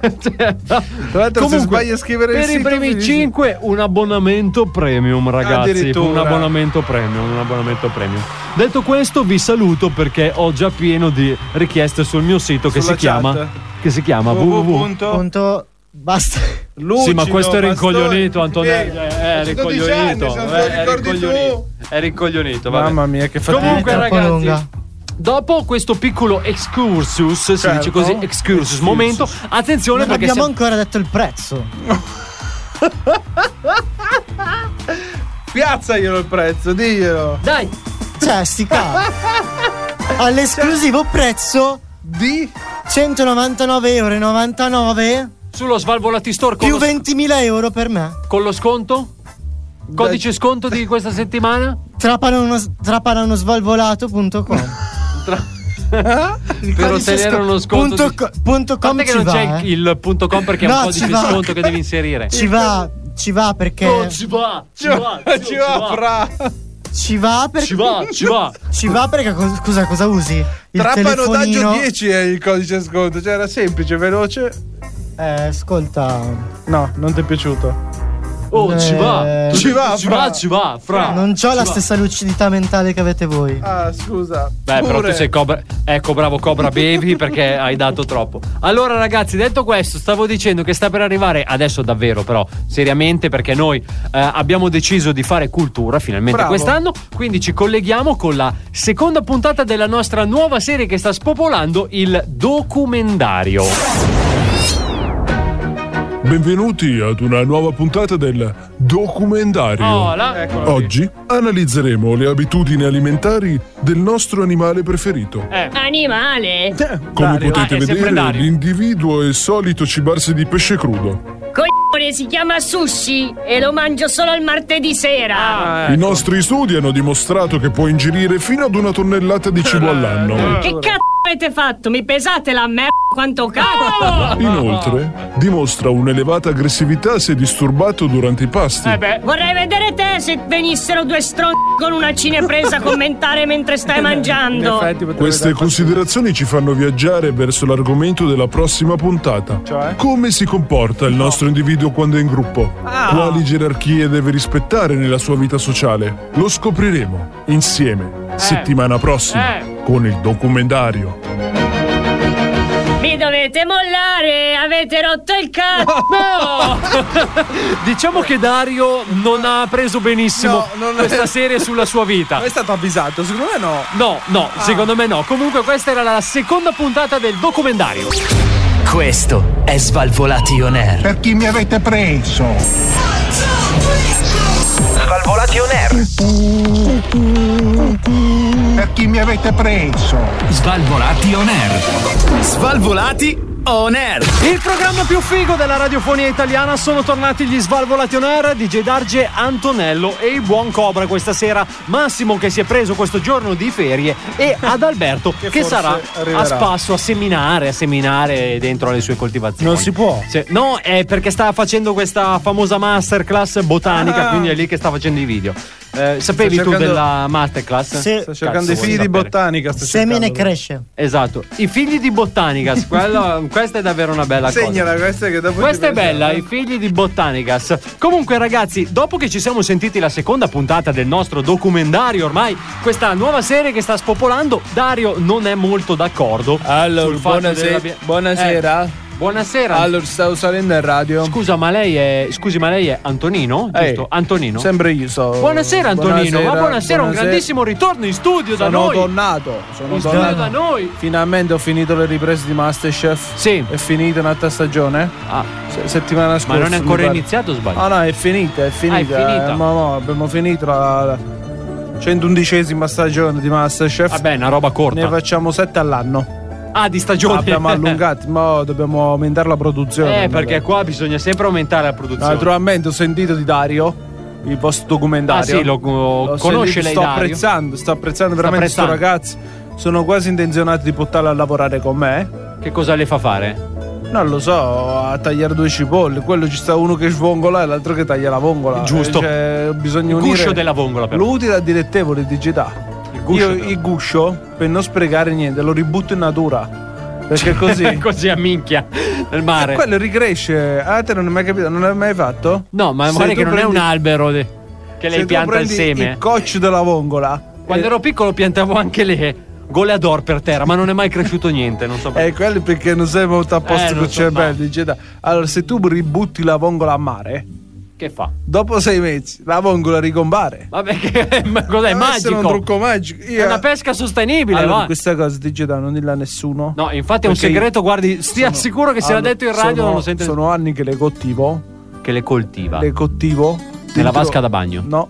Cioè, no. Tra l'altro, se sbagli a scrivere il per i sito, primi finisci- 5 un abbonamento premium, ragazzi. Addirittura. Un abbonamento premium, un abbonamento premium. Detto questo, vi saluto perché ho già pieno di richieste sul mio sito che Sulla si chiama chat. che si chiama www. www. Punto. Basta. Sì, ma questo è Lucido rincoglionito, Bastoni. Antonello. Eh, È Sì, 12 ricoglionito. anni, se non te lo eh, È ricordi tu. ricoglionito. È ricoglionito, vabbè. Mamma mia, che fatica. Comunque, È troppo ragazzi, lunga. dopo questo piccolo excursus, si Certo. dice così, excursus, momento, attenzione Non perché abbiamo siamo- ancora detto il prezzo. Piazzaglielo il prezzo, diglielo. Dai. Cioè, sti cazzi. All'esclusivo Cioè, prezzo di 199,99 Sullo Svalvolati Store con, più lo, 20.000 euro per me. con lo sconto? Codice sconto di questa settimana? Trapano trapanaunosvalvolato.com per ottenere uno sconto. punto, di- co- punto A parte com che ci non va, c'è eh. il punto com perché è No, un ci codice va. eh. sconto che devi inserire. ci va ci va perché No, ci va, ci va, Ci va, fra. ci va perché Ci va, ci va. ci va perché co- scusa cosa usi il Trapanotaggio telefonino 10 è il codice sconto. Cioè, era semplice, veloce. eh, ascolta No, non ti è piaciuto. Oh, ci va. Eh, Ci va, Ci va, fra. ci va, fra. non ho la Ci va. stessa lucidità mentale che avete voi Ah, scusa. Beh, però Pure. tu sei Cobra. Ecco, bravo Cobra Bevi perché hai dato troppo. Allora, ragazzi, detto questo, stavo dicendo che sta per arrivare adesso davvero, però, seriamente, perché noi eh, abbiamo deciso di fare cultura finalmente Bravo. quest'anno. Quindi ci colleghiamo con la seconda puntata della nostra nuova serie che sta spopolando il documentario. Benvenuti ad una nuova puntata del documentario. Hola. Eccolo lì. Oggi analizzeremo le abitudini alimentari del nostro animale preferito. Eh. Animale? Come Dario. potete Ah, è sempre vedere, Dario. l'individuo è solito cibarsi di pesce crudo. Coglione si chiama sushi e lo mangio solo il martedì sera. Ah, I ecco. nostri studi hanno dimostrato che può ingerire fino ad una tonnellata di cibo all'anno. Che cazzo avete fatto? Mi pesate la merda quanto cazzo? Inoltre, dimostra un'elevata aggressività se disturbato durante i pasti. Vorrei vedere te se venissero due stronzi con una cinepresa a commentare mentre stai In mangiando. effetti Eh, potrebbe Queste dare- considerazioni ci fanno viaggiare verso l'argomento della prossima puntata. Cioè? Come si comporta il nostro individuo quando è in gruppo? Quali gerarchie deve rispettare nella sua vita sociale? Lo scopriremo insieme settimana prossima con il documentario. Mi dovete mollare, avete rotto il cazzo. Diciamo che Dario non ha preso benissimo No, non è- questa serie sulla sua vita. Ma È stato avvisato, secondo me no. No, no, Ah. secondo me no. Comunque questa era la seconda puntata del documentario. Questo è Svalvolati On Air. Perché mi avete preso? Svalvolati On Air. Perché mi avete preso? Svalvolati On Air. Svalvolati On Air. Il programma più figo della radiofonia italiana sono tornati gli Svalvolati On Air, DJ Darge, Antonello e il buon Cobra questa sera, Massimo che si è preso questo giorno di ferie e Adalberto che, forse sarà arriverà. a spasso a seminare, a seminare dentro le sue coltivazioni. Non si può. Sì, no, è perché sta facendo questa famosa masterclass botanica, Ah. quindi è lì che sta facendo i video. Eh, sapevi Sto tu cercando- della masterclass? Sì. Sto cercando Cazzo, i figli vuoi di sapere? botanica. Sto semine cercando. cresce Esatto, i figli di Botanicas, quella- questa è davvero una bella Segnala cosa. questa che dopo ti eh? Questa è pensiamo. bella, i figli di Botanicas. Comunque ragazzi, dopo che ci siamo sentiti la seconda puntata del nostro documentario ormai, questa nuova serie che sta spopolando, Dario non è molto d'accordo. sul fatto della- Eh, buonasera. stavo salendo in radio. Scusa, ma lei è scusi, ma lei è Antonino? Giusto? Ehi, Antonino. Sempre io so. Buonasera Antonino, ma buonasera, un grandissimo ritorno in studio da Sono noi. tornato, sono in studio da tornato. noi. Finalmente ho finito le riprese di Masterchef. Sì. È finita un'altra stagione? Ah, Se- settimana scorsa. ma non è mi ancora pare. iniziato, sbaglio. Ah no, è finita, è finita. finita. Eh, ma no, abbiamo finito la, la 111esima stagione di Masterchef. Vabbè, Ah, una roba Ne corta. facciamo sette all'anno. Ah, di stagione. Abbiamo allungato, ma oh, dobbiamo aumentare la produzione. Eh, perché qua bisogna sempre aumentare la produzione. Naturalmente ho sentito di Dario il vostro documentario. Ah, sì, lo- Ho conosce sentito, lei, Sto Dario? apprezzando, sto apprezzando veramente sto apprezzando. ragazzo. Sono quasi intenzionato di portarlo a lavorare con me. Che cosa le fa fare? Non lo so, a tagliare due cipolle. Quello ci sta uno che svongola e l'altro che taglia la vongola. Giusto. Eh, Cioè, bisogna Il unire guscio della vongola, però. L'utile al dilettevole di digità. Il guscio Io della- il guscio, per non sprecare niente, lo ributto in natura. Cioè, Perché così. Così a minchia nel E mare. quello ricresce. Ah, te non hai mai capito, non l'hai mai fatto? No, ma Se guarda tu che non è un prendi- albero de- che lei se tu pianta il prendi seme. Il coccio della vongola. Quando eh, ero piccolo piantavo anche le goleador per terra, ma non è mai cresciuto niente, non so perché. Eh, quelli perché non sei molto a Eh, posto non con il so, cervello. dice, dai. Allora, se tu ributti la vongola a mare, Che fa? dopo sei mesi la vongola ricompare. Vabbè, che ma cos'è? Deve magico. essere un trucco magico. È Io- una pesca sostenibile, Allora, va. questa cosa, dice, dai, non dirla a nessuno. No, infatti è un Perché segreto, guardi, stia sono- sicuro che se l'ha allora, detto in radio sono- non lo sente Sono anni che le coltivo. che le coltiva. Le coltivo. Nella dentro- vasca da bagno. No,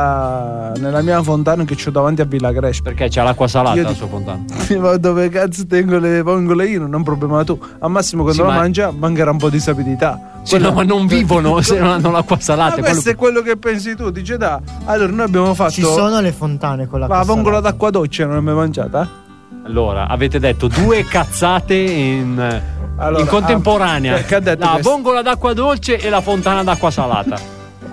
nella, nella mia fontana che ho davanti a Villa Crespi. Perché c'è l'acqua salata Io la dico- sua fontana. Ma dove cazzo tengo le vongole io non è un problema tu. Al massimo quando Sì, la ma- mangia mancherà un po' di sapidità. Sì, no, ma non vivono se non hanno l'acqua salata. Ma quello- questo è quello che pensi tu, dice da. Allora noi abbiamo fatto Ci sono le fontane con la la costa- vongola d'acqua doccia, non l'hai mai mangiata? Allora, avete detto due cazzate in, in contemporanea. ah, perché ha detto la questo? vongola d'acqua dolce e la fontana d'acqua salata.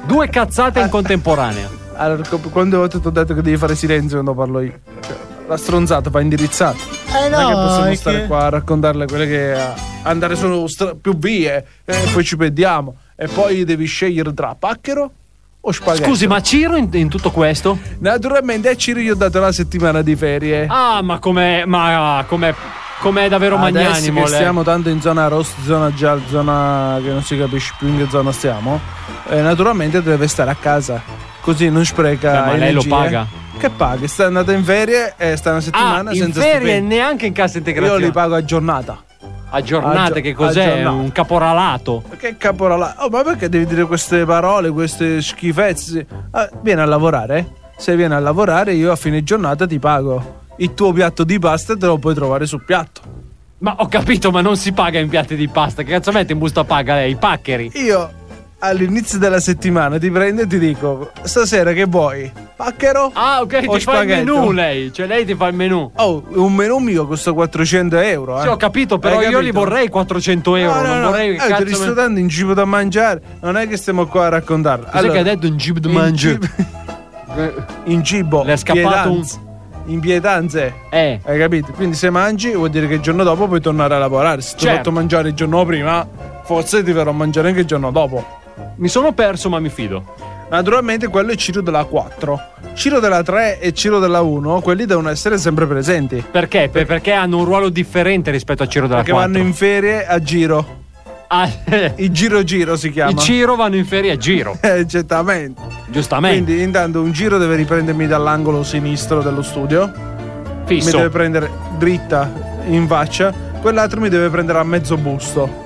due cazzate Ah. in contemporanea. Allora, co- quante volte ti ho detto che devi fare silenzio quando parlo io? Cioè, La stronzata va indirizzata. Eh non è che no, possiamo è stare che- qua a raccontarle quelle che eh, andare su stra- più vie eh, e poi ci perdiamo. E poi devi scegliere tra pacchero o spaghetto. Scusi, ma Ciro in, in tutto questo? Naturalmente a Ciro gli ho dato la settimana di ferie. Ah, ma com'è, ma com'è, com'è davvero Adesso magnanimo? che lei? stiamo tanto in zona rossa, zona gialla, zona che non si capisce più in che zona stiamo, eh, naturalmente deve stare a casa, così non spreca Beh, ma lei lo energie. paga? Che paga? Sta andata in ferie e sta una Ah, settimana in senza ferie e stipendi. neanche in cassa integrazione. Io li pago a giornata. A giornate, Aggio- che cos'è? aggiornate. Un caporalato. Che caporala. Oh, ma perché devi dire queste parole, queste schifezze? Ah, vieni a lavorare. Se vieni a lavorare, io a fine giornata ti pago. Il tuo piatto di pasta te lo puoi trovare sul piatto. Ma ho capito, ma non si paga in piatti di pasta. Che cazzo mette in busta paga lei? I paccheri. Io all'inizio della settimana ti prendo e ti dico: Stasera che vuoi? Pacchero? Ah, ok, o ti fa il spaghetto?" menù lei. Cioè, lei ti fa il menù. Oh, un menù mio costa 400 euro. Eh. Sì, ho capito, però Hai io li capito? vorrei 400 euro. No, no, non no. vorrei. Eh, cazzo te li sto me- dando in cibo da mangiare. Non è che stiamo qua a raccontarlo. Cos'è che ha detto in cibo da in mangiare? cibo- in cibo. Le è scappato un- pietanze. In pietanze. Eh. Hai capito? Quindi se mangi vuol dire che il giorno dopo puoi tornare a lavorare. Se ti ho Certo. fatto mangiare il giorno prima, forse ti farò mangiare anche il giorno dopo. Mi sono perso, ma mi fido. Naturalmente quello è Ciro della 4. Ciro della 3 e Ciro della 1, quelli devono essere sempre presenti. Perché? Per- perché hanno un ruolo differente rispetto a Ciro della Ah, eh, Perché vanno in ferie a giro. Il giro giro si chiama. I Ciro vanno in ferie a giro. Eh, certamente. Giustamente. Quindi intanto un giro deve riprendermi dall'angolo sinistro dello studio. Fisso. Mi deve prendere dritta in faccia. Quell'altro mi deve prendere a mezzo busto.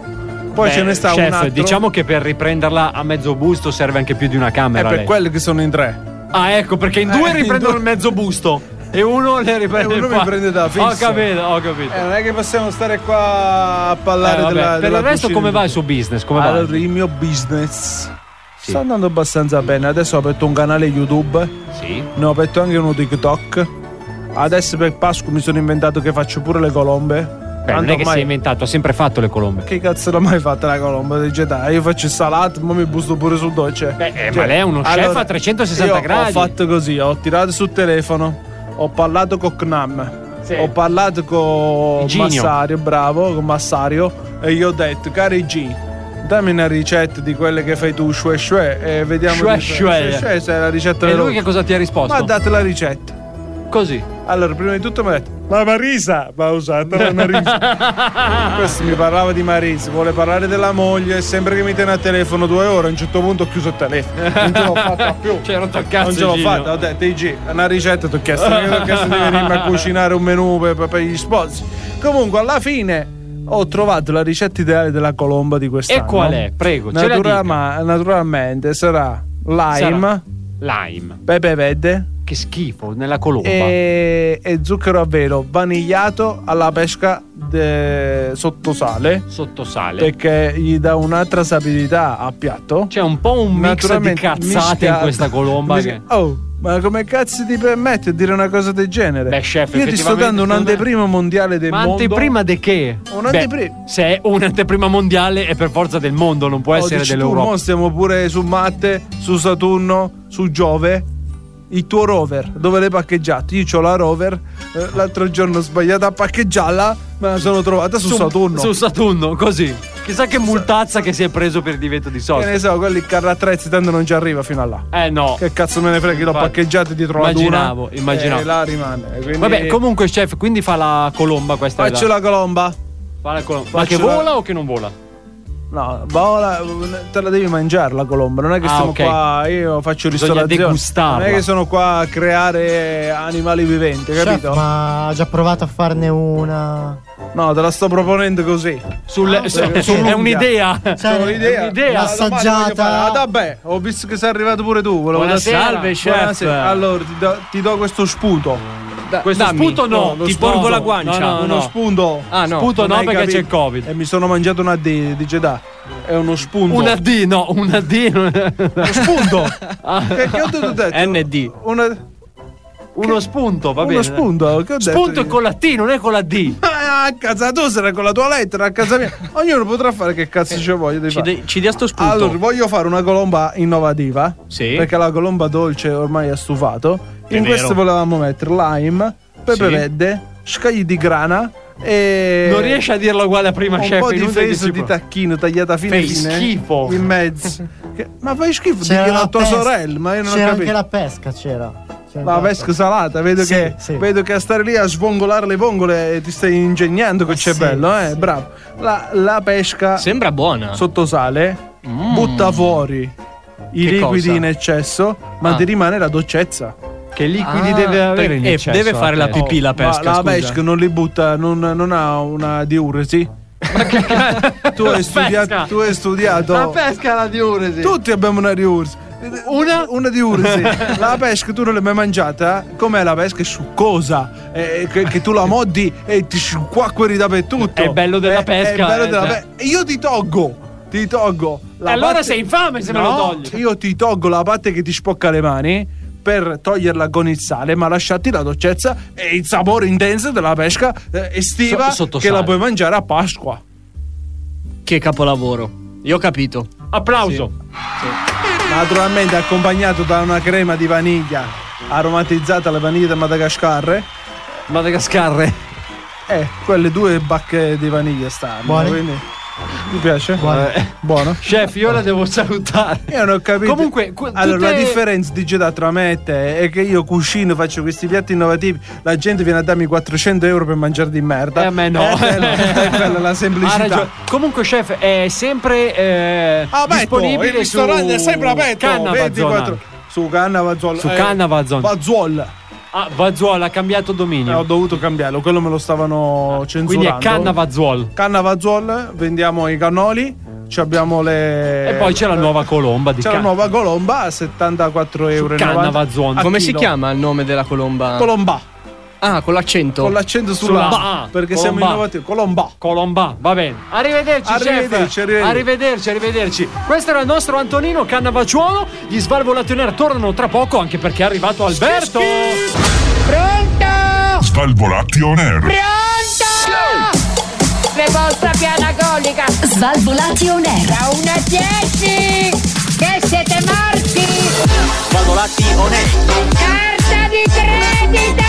Poi Beh, ce ne sta chef, un altro. Diciamo che per riprenderla a mezzo busto serve anche più di una è camera. Eh, per lei. quelli che sono in tre. Ah, ecco, perché in due Eh, in riprendono due- il mezzo busto e uno le riprende Eh, uno qua. mi prende da Ho fisso. capito, ho capito. Eh, non è che possiamo stare qua a Eh, parlare vabbè. della, per della il resto cucina. Ah, come va il suo business? Come va? Allora, il mio business sta andando abbastanza bene. Adesso ho aperto un canale YouTube. Sì. Ne ho aperto anche uno TikTok. Adesso per Pasqua mi sono inventato che faccio pure le colombe. Beh, non Tanto è che ormai- si è inventato, ha sempre fatto le colombe. Che cazzo l'ho mai fatta la colomba di Jedi? Io faccio salato, ma mi busto pure sul dolce. eh, ma lei è uno chef a 360 Cioè, io gradi. Ho fatto così, ho tirato sul telefono, ho parlato con Knam. Sì. Ho parlato con Iginio. Massario, bravo, con Massario e gli ho detto, cari G, dammi una ricetta di quelle che fai tu, shue shue, e vediamo... Shue di- shue. shue se è la ricetta E della lui che cosa ti ha risposto? Ma date la ricetta. Così. Allora, prima di tutto mi ha detto: Ma Marisa, ma usate la Marisa. Questo mi parlava di Marisa, vuole parlare della moglie. Sembra che mi tiene al telefono due ore. A un certo punto ho chiuso il telefono. Non ce l'ho fatta più. C'era rotto il cazzo, Non ce l'ho Gino. fatta. Ho detto, IG, una ricetta ti ho chiesto. Ti ho chiesto di venirmi a cucinare un menù per, per- per gli sposi. Comunque, alla fine. Ho trovato la ricetta ideale della colomba di quest'anno. E qual è? Prego, ce la Natura- dica. ma- naturalmente sarà lime, Sarà Lime. pepe verde, Che schifo, nella colomba. Eh, e, e zucchero a velo vanigliato alla pesca de- sotto sale Sotto sale. perché gli dà un'altra sapidità a piatto C'è un po' un mix di Naturalmente cazzate in mischiato- questa colomba. mischi- che- oh ma come cazzo ti permetti di dire una cosa del genere Beh, chef, io ti sto effettivamente dando secondo me- un'anteprima mondiale del Ma mondo anteprima di che? Un'anteprima. Beh, se è un'anteprima mondiale è per forza del mondo, non può Oh, essere dici tu, dell'Europa. mo stiamo pure su Marte su Saturno su Giove il tuo rover dove l'hai parcheggiato io ho la rover eh, l'altro giorno ho sbagliato a parcheggiarla me la sono trovata su, Saturno Su Saturno, così. Chissà che multazza che si è preso per divieto di che sosta. ne so quelli carro attrezzi tanto non ci arriva fino a là Eh no. che cazzo me ne frega io l'ho Infatti. parcheggiato dietro la duna Immaginavo, immaginavo. e là rimane quindi- Vabbè, comunque, chef, quindi fa la colomba questa. faccio là. la colomba Fa la colomba. Ma che faccio la- vola o che non vola? No, Paola, te la devi mangiare la colomba, non è che Ah, sono ok. qua, io faccio Bisogna ristorazione. degustarla. Non è che sono qua a creare animali viventi, Chef, capito? ma ha già provato a farne una. No, te la sto proponendo così. Sulle- Ah, su- perché- su- è un'idea. Cioè, Cioè, un'idea. è un'idea. Ma L'assaggiata. domani voglio fare- Ah, vabbè, ho visto che sei arrivato pure tu. Volevo Buonasera. dire- Salve, chef. Buonasera. Allora, ti do, ti do questo sputo. Questo dammi. sputo no, lo ti sputo. porgo la guancia. No, no, No, uno no. spunto. Ah, no. Sputo Non no, hai perché capito? c'è il Covid. E mi sono mangiato una D di Jeddah. È uno spunto. Una D, no, una D. Uno spunto. Ah. che, che ho Eh, detto? ND. Una... Uno spunto, va Eh, Uno bene. spunto, che ho detto Spunto io? è con la T, non è con la D. Ma a casa tua sarà con la tua lettera, a casa mia. Ognuno potrà fare che cazzo Eh, ci voglia di Ci, fare. de- ci dia sto spunto. Allora, voglio fare una colomba innovativa. Sì. Perché la colomba dolce ormai ha stufato. È In vero. questo volevamo mettere lime, peperette, scagli di grana e. Non riesci a dirlo uguale a prima, eh, un chef, po' di inutile che peso ci di pro- tacchino tagliata fine Fai fine. schifo. In mezzo. Che- ma fai schifo, C'era digli la a tua pesca. sorella, ma io non ho C'era capito. anche la pesca, c'era. C'era La anche pesca salata, vedo, Esatto. Sì, che, sì. vedo che a stare lì a svongolare le vongole eh, ti stai ingegnando che c'è sì, bello, eh? Bravo. La, la pesca Sembra buona. sottosale, butta fuori i Mm. Che liquidi cosa? in eccesso, ma Ah. ti rimane la doccezza. Che liquidi Ah, deve avere in E eccesso deve fare la la pesca? pipì la pesca, eh. la scusa. pesca non li butta, non, non ha una diuresi. tu, hai studiato, tu hai studiato. La pesca la diuresi. Tutti abbiamo una diuresi. Una? Una diuresi. la pesca tu non l'hai mai mangiata? Com'è la pesca? È succosa. eh, che, che tu la moddi e ti squacqueri dappertutto. È bello della pesca, È bello eh, della cioè. pe- Io ti tolgo. Ti tolgo. la E allora parte- sei infame se me lo No, togli. Io ti tolgo la parte che ti spocca le mani. Per toglierla con il sale, ma lasciati la dolcezza e il sapore intenso della pesca eh, estiva So- sotto che la sale. puoi mangiare a Pasqua. Che capolavoro. Io ho capito. Applauso. Naturalmente accompagnato da una crema di vaniglia aromatizzata alla vaniglia da Madagascar. Madagascar. Eh, quelle due bacche di vaniglia stanno. Buone. Quindi mi piace? Buone. Buono. Chef, io la devo salutare. Io non ho capito. Comunque, que- allora, tutte- la differenza di Jeddah tra me e te è che io cucino, faccio questi piatti innovativi, la gente viene a darmi 400 euro per mangiare di merda. Eh, a me no. E a te È quella la Ha semplicità. ragione. Comunque, chef, è sempre eh, Aperto, disponibile il ristorante su è sempre aperto. Canna 24 Vazzona. su eh, Canna Vazzol. Su Canna Vazzon. Vazzuol. Ah, Vazzuola ha cambiato dominio. Eh, ho dovuto cambiarlo, quello me lo stavano censurando. Ah, Quindi è Canna Vazzuol. Canna Vazzuol, vendiamo i cannoli, ci abbiamo le E poi c'è la nuova colomba di Eh, c'è la Canna. nuova colomba a 74 euro. Canna Vazzon. Come si chiama Ah, il nome della colomba? Colomba. Ah, con l'accento. Con l'accento sulla Sulla- A, perché Colomba. siamo innovativi. Colomba. Colomba, va bene. Arrivederci, Arrivederci, chef. arrivederci. arrivederci, arrivederci. Questo era il nostro Antonino Cannavacciuolo. Gli Svalvolationer tornano tra poco anche perché è arrivato Alberto. Pronto? Svalvolati on air. Pronto? Le vostra piana colica. Svalvolati on air. Da 1 a 10. Che siete morti. Svalvolati on air. Carta di credito.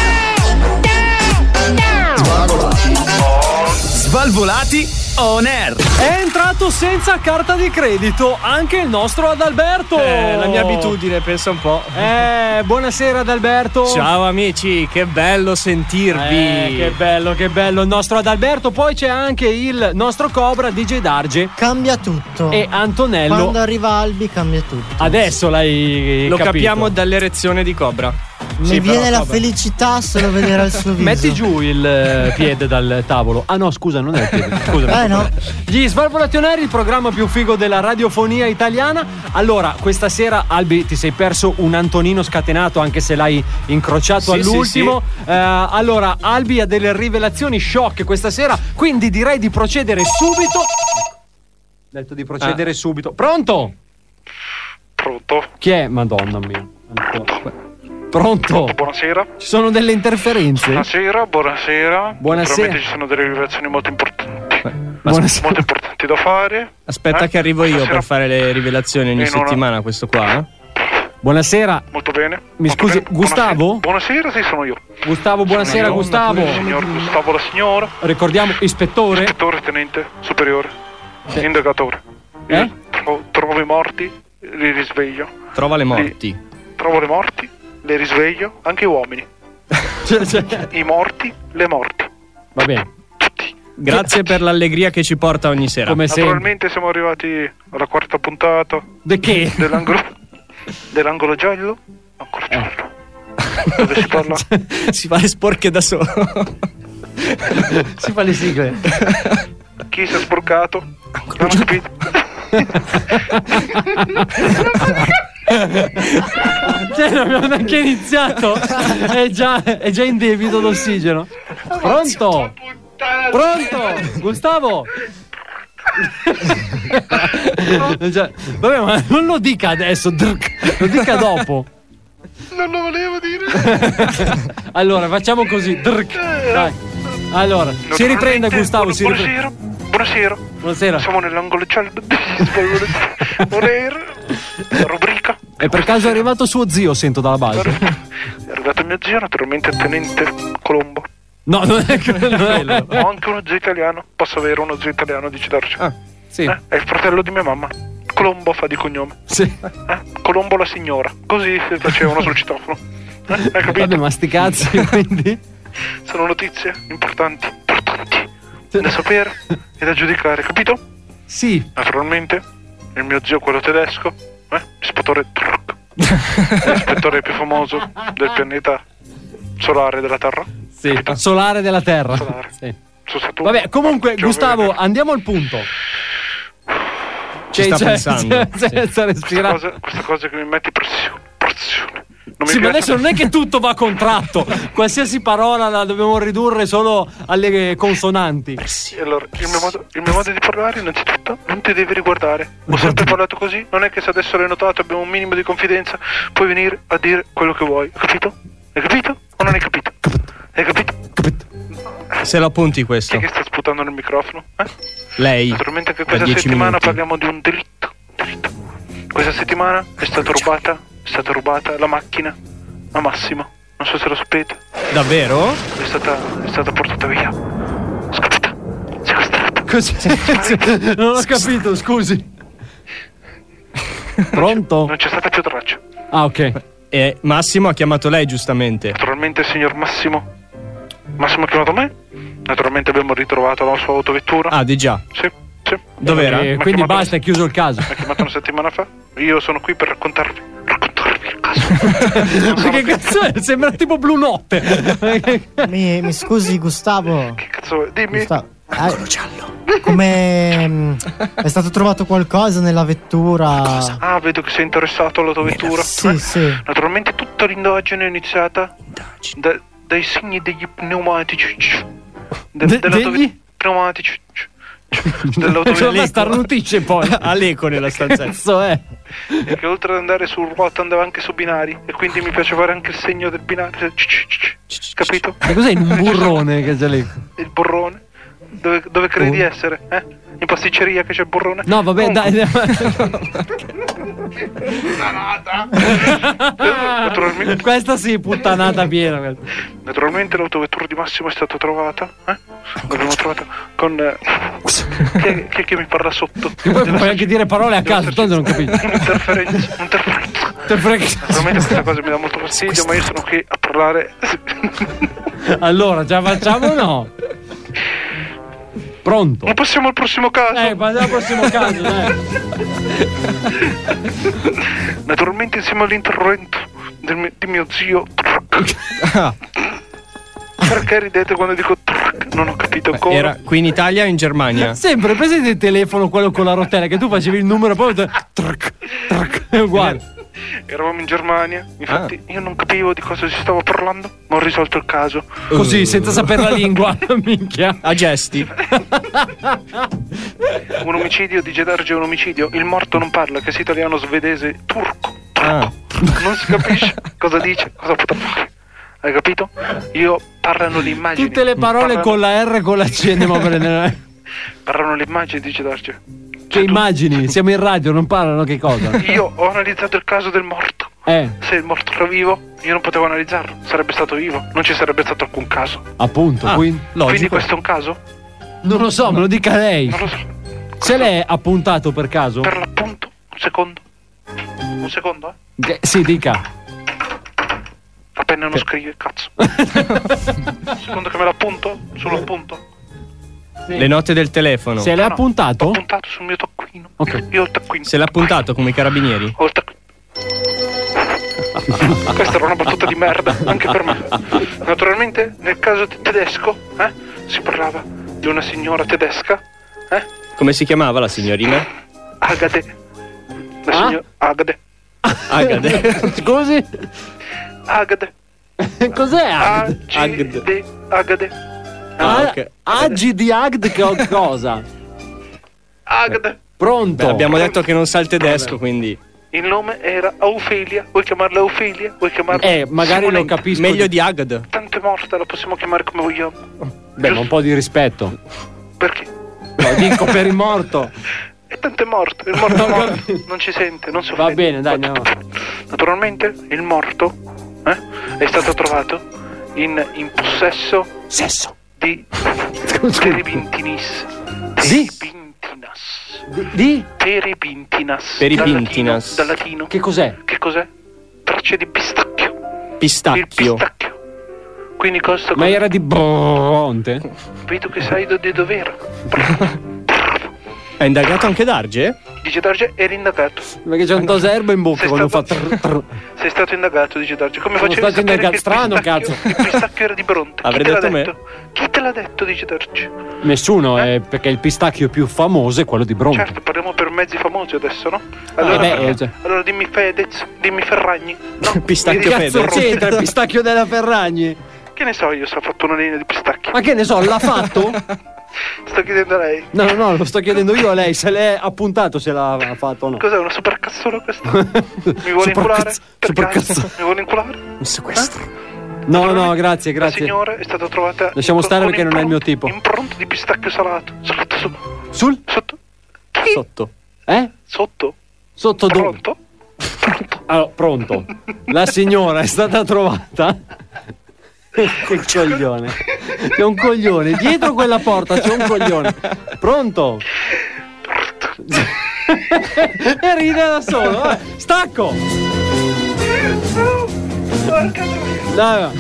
Svalvolati on air. È entrato senza carta di credito anche il nostro Adalberto. Eh, la mia abitudine, pensa un po'. Eh, buonasera Adalberto. Ciao amici, che bello sentirvi. Eh, che bello, che bello il nostro Adalberto. Poi c'è anche il nostro Cobra DJ Darge Cambia tutto. e Antonello. Quando arriva Albi cambia tutto. Adesso l'hai Lo capito. capiamo dall'erezione di Cobra. Mi Sì, però, viene la vabbè. felicità solo vedere il suo viso. Metti giù il eh, piede dal tavolo. Ah no, scusa, non è il piede. Scusa. Eh, no. Gli Svalvolationari, il programma più figo della radiofonia italiana. Allora, questa sera Albi ti sei perso un Antonino scatenato anche se l'hai Sì, incrociato all'ultimo. Eh, allora, Albi ha delle rivelazioni shock questa sera, quindi direi di procedere subito. Detto di Eh. procedere subito. Pronto? Pronto? Chi è? Madonna mia. Anto- Pronto? Buonasera. Ci sono delle interferenze? Buonasera, buonasera. Buonasera. Naturalmente ci sono delle rivelazioni molto importanti. Buonasera. Molto importanti da fare. Aspetta Eh? che arrivo io Stasera per fare le rivelazioni Eh, ogni In una- settimana, questo qua. eh. Buonasera. Molto bene. Mi molto scusi, bene. Gustavo? Buonasera, sì, sono io. Gustavo, buonasera Sono io, Gustavo. Il signor Gustavo, la signora. Ricordiamo, ispettore. Ispettore, tenente, superiore. Indagatore. Eh? Tro- trovo i morti, li risveglio. Trova le morti. Trovo le morti, le risveglio, Cioè, anche i uomini. I morti, le morti. Va bene. Grazie per l'allegria che ci porta ogni sera. Naturalmente siamo arrivati alla quarta puntata. De che? Dell'angolo, dell'angolo giallo. Eh. Ancora giallo. Dove si parla? si fa le sporche da solo. si fa le sigle. Chi si è sporcato? Non ho capito. Cioè, non abbiamo neanche iniziato. È già, è già in debito d'ossigeno. Pronto? Pronto? Gustavo? Cioè, vabbè, ma non lo dica adesso, drc, lo dica dopo. Non lo volevo dire. Eh, Allora, facciamo così. drc, dai. Allora, si riprende Gustavo, si riprende. Buonasera. Buonasera. Buonasera. Siamo nell'angolo giallo. degli sbaglioli. Buonasera. Rubrica. E per caso è arrivato suo zio, sento dalla base. È arrivato mio zio, naturalmente tenente Colombo. No, non è quello. Ho anche uno zio italiano. Posso avere uno zio italiano di Cidarci? sì. Eh, è il fratello di mia mamma. Colombo fa di cognome. Sì. Eh, Colombo la signora. Così si facevano sul citofono. Eh, hai capito? Vabbè, ma sti cazzi, quindi. Sono notizie importanti. Importanti. Da sapere e da giudicare, capito? Sì. Naturalmente, il mio zio, quello tedesco, eh, ispettore Truk, l'ispettore più famoso del pianeta solare della Terra. Sì, solare della Terra. Sì. Sono stato Vabbè, comunque, Giove Gustavo, Venere. andiamo al punto. Cioè, Ci sta pensando, Senza sì. questa respirare. cosa, questa cosa che mi metti pressione. pressione. Non mi Sì, ma piace. adesso non è che tutto va a contratto. Qualsiasi parola la dobbiamo ridurre solo alle eh, consonanti. E Allora, il mio, modo, il mio modo di parlare, innanzitutto, non ti devi riguardare. Ho sempre parlato così, non è che se adesso l'hai notato, abbiamo un minimo di confidenza, puoi venire a dire quello che vuoi, hai capito? Hai capito? O non hai capito? Hai capito? Se lo appunti questo. Chi è che sta sputando nel microfono? Eh? Lei. Naturalmente anche Da questa 10 settimana minuti. parliamo di un delitto. delitto. Questa settimana è stata rubata, è stata rubata la macchina a Massimo. Non so se lo sapete. Davvero? È stata, è stata portata via. Così. non ho capito, scusi. Pronto? Non c'è stata più traccia. Ah, ok. Eh, E Massimo ha chiamato lei, giustamente. Naturalmente il signor Massimo. Massimo ha chiamato me. Naturalmente abbiamo ritrovato la sua autovettura. Ah, di già. Sì, sì. Dov'era? Mi ha Eh, quindi chiamato- basta, è chiuso il caso. Mi ha chiamato una settimana fa. Io sono qui per raccontarvi. Ma che cazzo è? Sembra tipo Blu Notte. mi, mi scusi, Gustavo. Che cazzo Dimmi. giallo. Come mm, è stato trovato qualcosa nella vettura? Ah, vedo che sei interessato all'autovettura. Sì, sì. Naturalmente tutta l'indagine è iniziata da- dai segni degli pneumatici. De- De- dell'autove- degli? Pneumatici. La Dell'autovettura. starnutisce poi. All'eco nella stanzetta. Cazzo è? E che oltre ad andare su ruota andava anche su binari. E quindi mi piace fare anche il segno del binario. Cioè, Capito? Ma cos'è in un burrone che c'è lì? Il borrone. Dove, dove credi Oh. di essere? Eh? In pasticceria che c'è il borrone? No, vabbè, dai. dai. Questa sì, puttanata piena. questa. Naturalmente l'autovettura di Massimo è stata trovata. Eh? L'abbiamo trovata con. eh, chi, è, chi è che mi parla sotto? Che poi puoi anche dire parole a caso, tanto non capisco. Interferenza. Interferenza. Naturalmente questa cosa mi dà molto fastidio, ma io sono qui a parlare. Allora, già facciamo o no? Pronto? Ma passiamo al prossimo caso. Eh, passiamo al prossimo caso, dai. Naturalmente insieme all'intervento del mio- di mio zio. Perché ridete quando dico truck? Non ho capito ancora. Era qui in Italia o in Germania? Sempre presente il telefono, quello con la rotella, che tu facevi il numero e poi. Truc, truc, è uguale. Eravamo in Germania, infatti io non capivo di cosa si stava parlando, ma ho risolto il caso. Così, senza sapere la lingua, minchia. A gesti. Un omicidio di Gedarge è un omicidio. Il morto non parla, che sia italiano, svedese, turco. Ah. Non si capisce cosa dice, cosa potrà fare. Hai capito? Io parlano le immagini. Tutte le parole Parlano- con la R e con la C andiamo a prendere. eh. Parlano le immagini di Gedarge. Che immagini? Siamo in radio, non parlano che cosa? Io ho analizzato il caso del morto. Eh, Se il morto era vivo, io non potevo analizzarlo. Sarebbe stato vivo, non ci sarebbe stato alcun caso. appunto, quindi, Quindi logico. questo è un caso? Ah. Non lo so, me lo dica lei. Non lo so. Se l'è appuntato per caso? Per l'appunto, un secondo. Un secondo, eh? Eh, sì, dica. La penna non scrive, cazzo. Secondo che me l'appunto? Sull'appunto? Le note del telefono. Ah, Se l'ha No, appuntato? ho appuntato. Io ho il taccuino. Se l'ha appuntato come i carabinieri? Ho il Questa era una battuta di merda, anche per me. Naturalmente, nel caso te- tedesco, eh, si parlava di una signora tedesca, eh? Come si chiamava la signorina? Agade. La signora Agade. Agade. Scusi? Agade. Eh, Cos'è Agde? Agde. Agade. Ah, Agi di Agd che cosa? Agade. Pronto. Beh, abbiamo detto che non sa il Eh, tedesco, quindi. Il nome era Aufelia. Vuoi chiamarla Aufelia? Vuoi chiamarla Eh, non Simonetta? capisco. Meglio di Agd. Tanto è morta, la possiamo chiamare come vogliamo. Beh, ma un po' di rispetto. Perché? Lo dico per il morto. E tanto è morto, il morto è morto. Non ci sente, non si Va offende. bene, dai, andiamo. Naturalmente il morto eh, è stato trovato in, in possesso di Terebintinis. Terebintinas. Di? Terebintinas. Terebintinas. Dal latino, dal latino. Che cos'è? Che cos'è? Tracce di pistacchio. Pistacchio. Quindi costa Ma era di Bronte? Vedo che sai do- di dovere. Ha indagato anche Darge? Dice Darge, eri indagato. Perché c'è un doserbo in bocca quando fa. Sei stato indagato, dice Darge. Come Sono facevi a stato sapere che indagato il strano, cazzo. pistacchio era di Bronte? Avrei Chi te l'ha detto me. detto? Chi te l'ha detto, dice Darge? Nessuno, eh, perché il pistacchio più famoso è quello di Bronte. Certo, Parliamo per mezzi famosi adesso, no? Eh Allora, beh, perché- eh, cioè. allora dimmi Fedez, dimmi Ferragni. Che No, dimmi- cazzo c'entra il pistacchio della Ferragni? Che ne so io se ha fatto una linea di pistacchi. Ma che ne so, l'ha fatto? Sto chiedendo a lei. No, no, no, lo sto chiedendo io a lei se l'è appuntato se l'ha fatto o no. Cos'è una supercazzola questa? Mi vuole inculare? Per caso? Mi vuole inculare? Un sequestro. No, no, grazie, La grazie. signora è stata trovata Lasciamo con- stare con perché non è il mio tipo. impronte di pistacchio salato. Sotto, sotto. Sul? Sotto. Sotto. Eh? Sotto. Sotto dove? Pronto? Allora, Ah, pronto. La signora è stata trovata. che coglione. C'è un coglione. Dietro quella porta c'è un coglione. Pronto? e ride da solo. vabbè. Stacco. Porca Dai, va.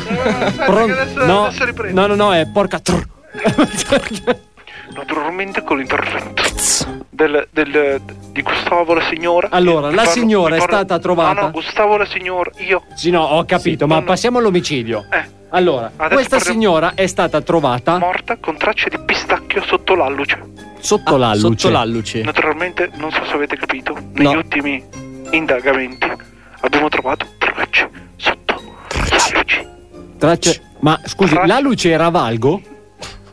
Pronto? adesso- No, adesso riprendo. no, no, no, è porca tr- Naturalmente con l'intervento del, del- di Gustavo la signora. Allora, Mi la parlo- signora mi è parlo- Ah, stata trovata. No, no, Gustavo la signora, io. eh, Sì, no, ho capito, ma passiamo all'omicidio. Allora, Adesso questa parliamo- signora è stata trovata Morta con tracce di pistacchio sotto l'alluce. sotto Ah, Ah, l'alluce. sotto l'alluce. Naturalmente, non so se avete capito, negli ultimi indagamenti abbiamo trovato tracce sotto l'alluce. Tracce- Ma scusi, Tracce- l'alluce era valgo?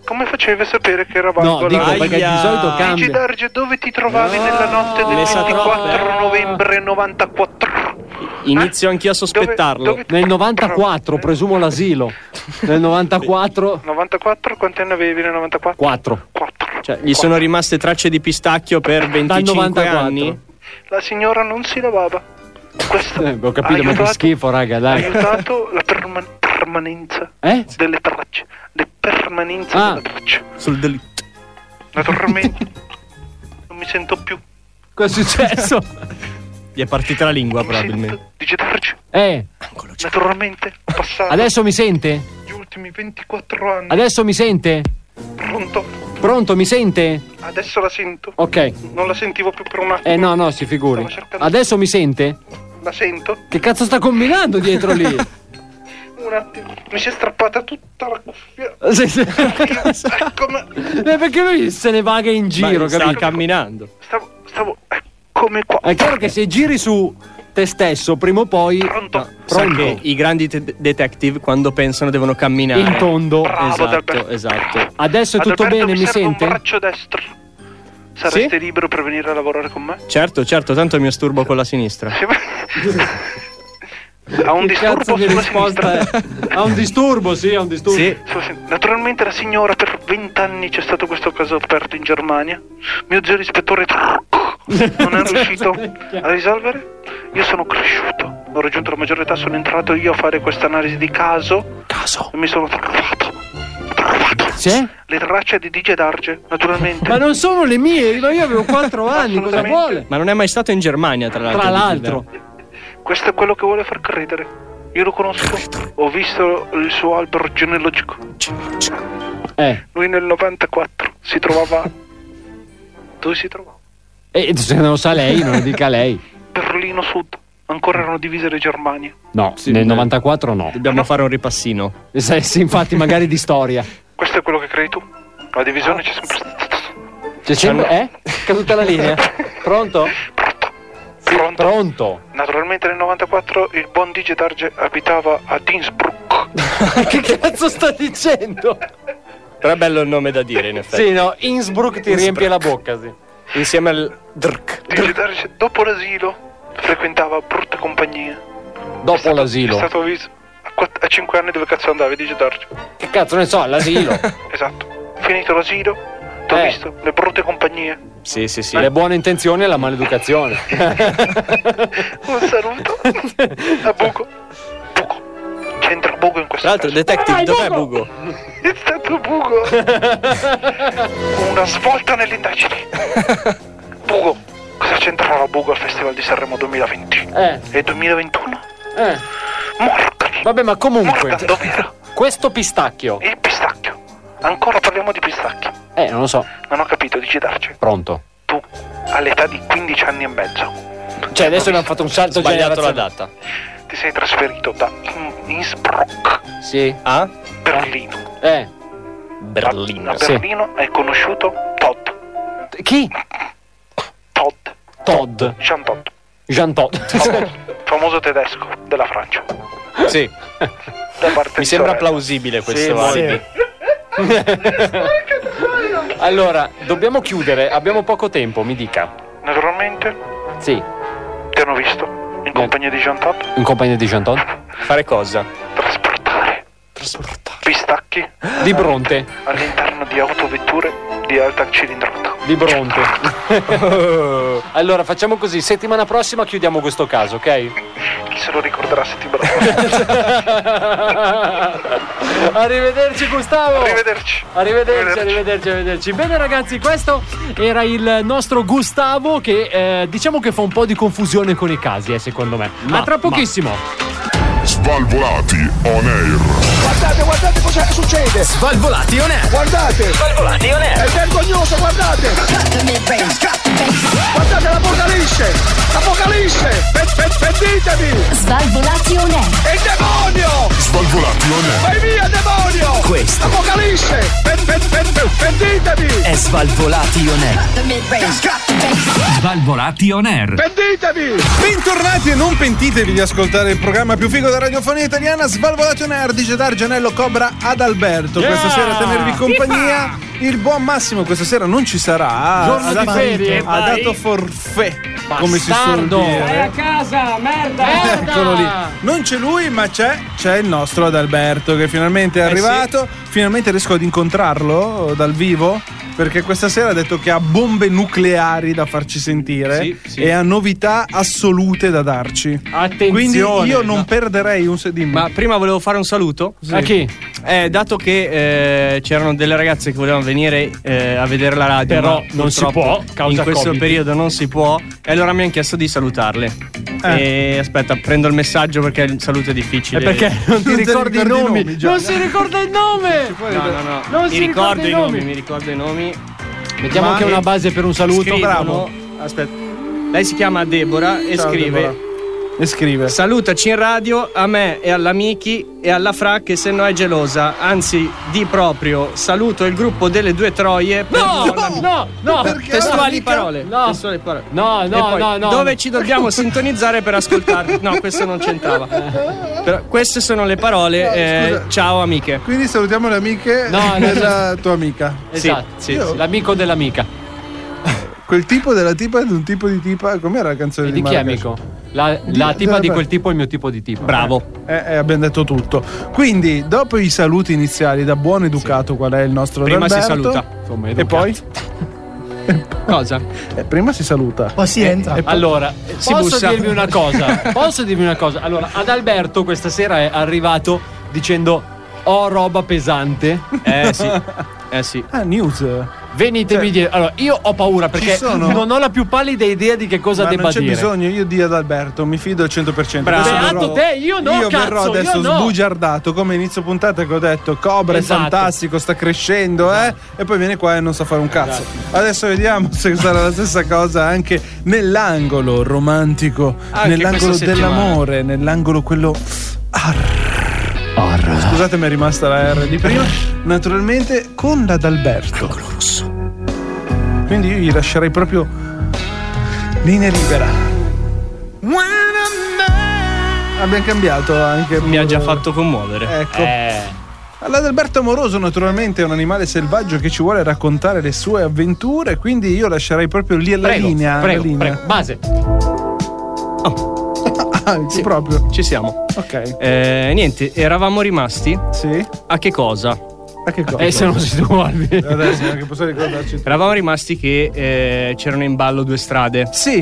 Come facevi a sapere che era No, valido dico l'alluce? perché di solito Dici, cambia. Darge, dove ti trovavi nella notte del ne sa eh. 24 novembre 94? Eh? Inizio anch'io a sospettarlo. Nel 94, presumo l'asilo. Nel 94. 94 quanti anni avevi nel 94? 4. Cioè, gli sono rimaste tracce di pistacchio per 25 94. anni? La signora non si lavava. Questo Eh, ho capito, ma che Aiutato. schifo, raga, ha dai. aiutato la perma- permanenza Eh? delle tracce. Le permanenze Ah. delle tracce. Sul delitto. Naturalmente non mi sento più. Cosa è successo? Gli è partita la lingua, probabilmente. Dice Darge, Eh, naturalmente ho passato adesso mi sente? gli ultimi 24 anni. Adesso mi sente? Pronto? Pronto, mi sente? Adesso la sento. Ok. Non la sentivo più per un attimo. Eh no, no, si figuri. Adesso mi sente? La sento. Che cazzo sta combinando dietro lì? Un attimo. Mi si è strappata tutta la cuffia. Ecco, Sì, sì. Come... Eh, perché lui se ne vaga in giro, sta capito? camminando. Stavo, stavo eh, come qua. È chiaro che se giri su te stesso, prima o poi. No, Sa pronto. che i grandi te- detective quando pensano devono camminare In tondo. Bravo, Esatto, Adalberto. esatto. Adesso è tutto Adalberto, bene, mi, serve sente? un braccio destro. Sareste libero per venire a lavorare con me? Certo, certo, tanto mi asturbo con la sinistra. Ha Che un disturbo cazzo di sulla risposta sinistra. è? Ha un disturbo, sì, ha un disturbo. Sulla sin- Naturalmente la signora per vent'anni c'è stato questo caso aperto in Germania. Mio zio ispettore non è riuscito a risolvere. Io sono cresciuto, ho raggiunto la maggiore età, sono entrato io a fare questa analisi di caso. Caso. E mi sono trovato. trovato Le tracce di DJ Darge, naturalmente. Ma non sono le mie, ma io avevo 4 anni, cosa vuole? Ma non è mai stato in Germania, tra l'altro. Tra l'altro. Questo è quello che vuole far credere. Io lo conosco, ho visto il suo albero genealogico. Eh. Lui nel 94 si trovava... Dove si trovava? E se non lo sa lei, non lo dica lei. Berlino Sud. Ancora erano divise le Germanie. No, eh. nel 94 no. Eh, Dobbiamo fare un ripassino. Se- se infatti, magari di storia. Questo è quello che credi tu? La divisione c'è sempre stata. C'è sempre. Eh? Caduta la linea? Pronto? Pronto? Pronto. Naturalmente nel 94 il buon Digi Darge abitava a Innsbruck. che cazzo sta dicendo? Però è bello il nome da dire, in effetti. Sì, no, Innsbruck ti riempie la bocca, sì. Insieme al Drk. Digi Darge dopo l'asilo frequentava brutta compagnia. Dopo È l'asilo. stato visto a, 5 anni dove cazzo andavi Digi Darge? Che cazzo ne so, all'asilo. Esatto. Finito l'asilo, ti ho Eh. visto le brutte compagnie. sì, sì, sì. Le buone intenzioni e la maleducazione. Un saluto a Buco. Buco. C'entra Buco in questo Tra l'altro, detective, Dai, dov'è Bugo! Bugo? È stato Bugo! Una svolta nelle indagini. Bugo, cosa c'entrava Bugo al Festival di Sanremo 2020? Eh. E 2021? Eh. Vabbè, ma comunque. Questo pistacchio. Il pistacchio. Ancora parliamo di pistacchio. Eh, non lo so. Non ho capito, dici darci. Pronto. All'età di 15 anni e mezzo Cioè, adesso abbiamo fatto un salto Sbagliato la generazionale. data. ti sei trasferito da In- Innsbruck, Sì. Ah? Berlino. Eh. Berlino. A Berlino hai conosciuto Todd. Chi? Todd. Todd. Jean Todd. Jean Todd. Famoso tedesco della Francia. Sì. Da parte Mi di sembra sorella. plausibile questo. alibi. allora, dobbiamo chiudere, abbiamo poco tempo, mi dica. Naturalmente Sì, ti hanno visto in compagnia di Jean Todd. in compagnia di Jean Todd. Fare cosa? Pistacchi Di Bronte, all'interno di autovetture di alta cilindrata. di Bronte. allora, facciamo così, settimana prossima chiudiamo questo caso, ok? Chi se lo ricorderà settimana Arrivederci Gustavo. Arrivederci. Arrivederci, arrivederci, arrivederci. Bene ragazzi, questo era il nostro Gustavo che eh, diciamo che fa un po' di confusione con i casi, eh, secondo me. Ma, tra pochissimo. Svalvolati on air. Guardate, guardate cosa succede! Svalvolati on air! Guardate! Svalvolati on air! È vergognoso, guardate! Guardate l'apocalisse! Apocalisse! Pe- pe- Pentitevi! Svalvolati on air. È il demonio! Svalvolati on air. Vai via, demonio! Questo. Apocalisse! Pe- pe- pe- pe- Pentitevi! È Svalvolati on air. Svalvolati on air. Pentitevi! Bentornati e non pentitevi di ascoltare il programma più figo della radiofonia italiana Svalvolati on air di Gedar Gianello Cobra ad Alberto Yeah! Questa sera a tenervi compagnia Il buon Massimo questa sera non ci sarà Giorno ha di dato- ferie, Ha vai. dato forfè Come si suol Bastardo. dire Eh, casa, merda! Eccolo lì. Non c'è lui, ma c'è, c'è il nostro Adalberto che finalmente è Eh arrivato. Finalmente riesco ad incontrarlo dal vivo. Perché questa sera ha detto che ha bombe nucleari da farci sentire Sì, sì. e ha novità assolute da darci. Attenzione. Quindi io non No. perderei un sedimmo. Ma prima volevo fare un saluto. Sì. A chi? Eh, dato che eh, c'erano delle ragazze che volevano venire eh, a vedere la radio. Però ma non si purtroppo può, causa In questo Covid. periodo non si può. E allora mi hanno chiesto di salutarle. Eh. E aspetta, prendo il messaggio perché il saluto è difficile. Eh. E Eh, perché non ti ricordi i nomi? Già. non si ricorda il nome! No, no, no. Non mi si ricordo ricorda i i nomi. nomi. mi ricordo i nomi. Mettiamo anche una base per un saluto. Scrivono- Aspetta. Lei si chiama Deborah e Ciao, scrive. Deborah. E scrive. Salutaci in radio a me e alla Miki e alla Fra che se no è gelosa. Anzi, di proprio saluto il gruppo delle due troie. per No, buona- no, no, Perché Testuali mica- parole. no. Testuali parole. No, E no, poi, no, no. Dove ci dobbiamo sintonizzare per ascoltarvi? No, questo non c'entrava. Però queste sono le parole. eh, scusa. ciao amiche. Quindi salutiamo le amiche No, no, della tua amica. Esatto, Sì, sì, Io- sì. l'amico dell'amica. Quel tipo della tipa è di un tipo di tipa. Com'era la canzone E di chi è Marrakesh? amico? La, Di- la tipa di della- quel tipo è il mio tipo di tipo. Bravo. Eh, eh, abbiamo detto tutto. Quindi, dopo i saluti iniziali, da buon educato, qual è il nostro Prima si Adalberto? saluta. Insomma, E educato. poi? Cosa? Eh, prima si saluta. Oh, Poi si entra. e poi- Allora, eh, si posso bussa. dirvi una cosa? Posso dirvi una cosa? Allora, ad Alberto questa sera è arrivato dicendo ho roba pesante. Eh sì. Eh sì. Ah, news. Venitemi Cioè, dietro. Allora, io ho paura perché ci sono- non ho la più pallida idea di che cosa Ma debba non c'è dire. bisogno, io di ad Alberto, mi fido al 100%. Bravo. Adesso Beato verrò- te, io no, Io cazzo, verrò io adesso no. sbugiardato come inizio puntata che ho detto Cobra Esatto. è fantastico, sta crescendo, eh? E poi viene qua e non sa fare un cazzo. Esatto. Adesso vediamo se sarà la stessa cosa anche nell'angolo romantico, Anche nell'angolo questa settimana. dell'amore, nell'angolo quello Scusate, mi è rimasta la R di prima. Naturalmente con l'Adalberto. Angolo rosso. Quindi io gli lascerei proprio linea libera. Abbiamo cambiato anche. Mi ha già fatto commuovere. Ecco. Eh. L'Adalberto Amoroso, naturalmente, è un animale selvaggio che ci vuole raccontare le sue avventure. Quindi io lascerei proprio lì la Prego, linea. prego, la linea. prego. Base. Ah, sì, proprio. Ci siamo. Ok. Eh, niente, eravamo rimasti. Sì. A che cosa? A che cosa? Eh, se non si duolvi. Adesso, perché posso ricordarci. Eravamo rimasti che eh, c'erano in ballo due strade. Sì.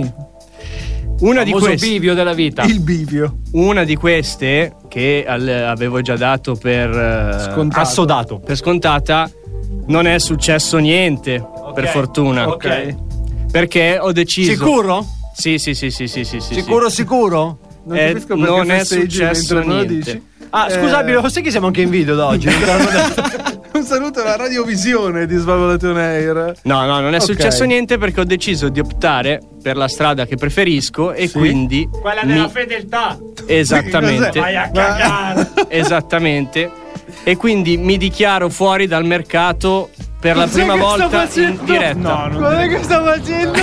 Una di Famoso queste. bivio della vita. Il bivio. Una di queste che al- avevo già dato per eh, Scontato. Assodato. Per scontata non è successo niente, per fortuna. ok. Perché ho deciso Sicuro? Sì, sì, sì, sì, sì, sì, sì, Sicuro, sì. sicuro? Non Eh, capisco perché non è festeggi successo mentre me lo niente. dici. Ah, Eh. scusabili, lo sai che siamo anche in video da oggi? Un saluto alla radiovisione di Svalvolation Air. No, no, non è Ok. successo niente perché ho deciso di optare per la strada che preferisco e quindi Quella mi- della fedeltà. Esattamente. Vai a cagare. Esattamente. E quindi mi dichiaro fuori dal mercato per la Cos'è prima che sto volta in facendo? diretta. Cos'è che sto facendo?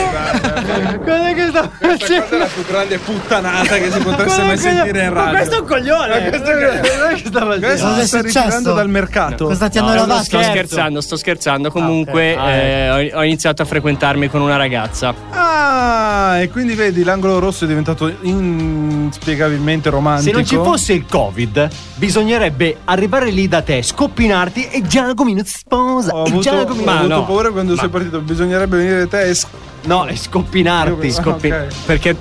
Cos'è che sto Eh, Questa facendo? cosa è la più grande puttanata che si potesse Quello mai che- sentire in ma radio. questo è un coglione. Ma questo è un coglione. Che sta facendo? Questo Cosa si eh, è sta successo? ritirando dal mercato. Cosa ti hanno No, lavato? Sto scherzando, sto scherzando. Comunque, Ah, ok. Ah, eh, ecco. ho- ho iniziato a frequentarmi con una ragazza. Ah, e quindi vedi, l'angolo rosso è diventato inspiegabilmente romantico. Se non ci fosse il Covid, bisognerebbe arrivare lì da te, scoppinarti e Giacomo mi sposa. Ho e avuto, Giacomo mi- ho avuto no. paura quando Ma- sei partito. Bisognerebbe venire te e. No, è scoppinarti. Scoppi- Ah, ok. Perché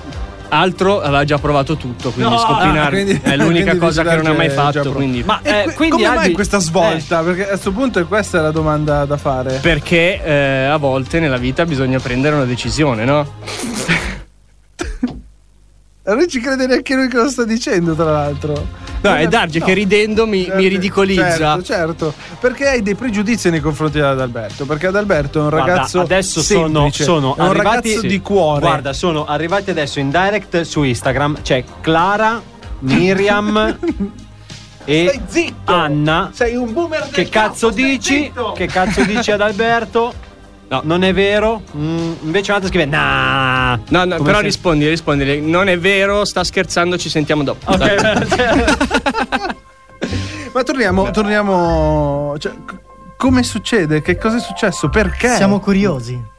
altro aveva già provato tutto, quindi No, scoppinarmi ah, quindi- è l'unica quindi cosa che non ha mai già fatto. pronto. Quindi. Ma E eh, que- quindi come mai Albi- Eh. questa svolta? Perché a questo punto questa è la domanda da fare. Perché eh, a volte nella vita bisogna prendere una decisione, no? E non ci crede neanche lui che lo sta dicendo, tra l'altro. No, è Darge che ridendo mi, mi ridicolizza. Certo, certo. Perché hai dei pregiudizi nei confronti di Adalberto? Perché Adalberto è un Guarda, ragazzo. adesso sono, semplice, sono è un arrivati, ragazzo sì. di cuore. Guarda, sono arrivati adesso in direct su Instagram. C'è Clara, Miriam e Anna. Sei un boomer Che cazzo dici? Che cazzo dici ad Alberto? No, non è vero. Mm, invece un'altra scrive: Nah. No, no, Come però se- rispondi, rispondi. Non è vero, sta scherzando, ci sentiamo dopo. Dai. Ma torniamo. torniamo cioè, c- come succede? Che cosa è successo? Perché? Siamo curiosi.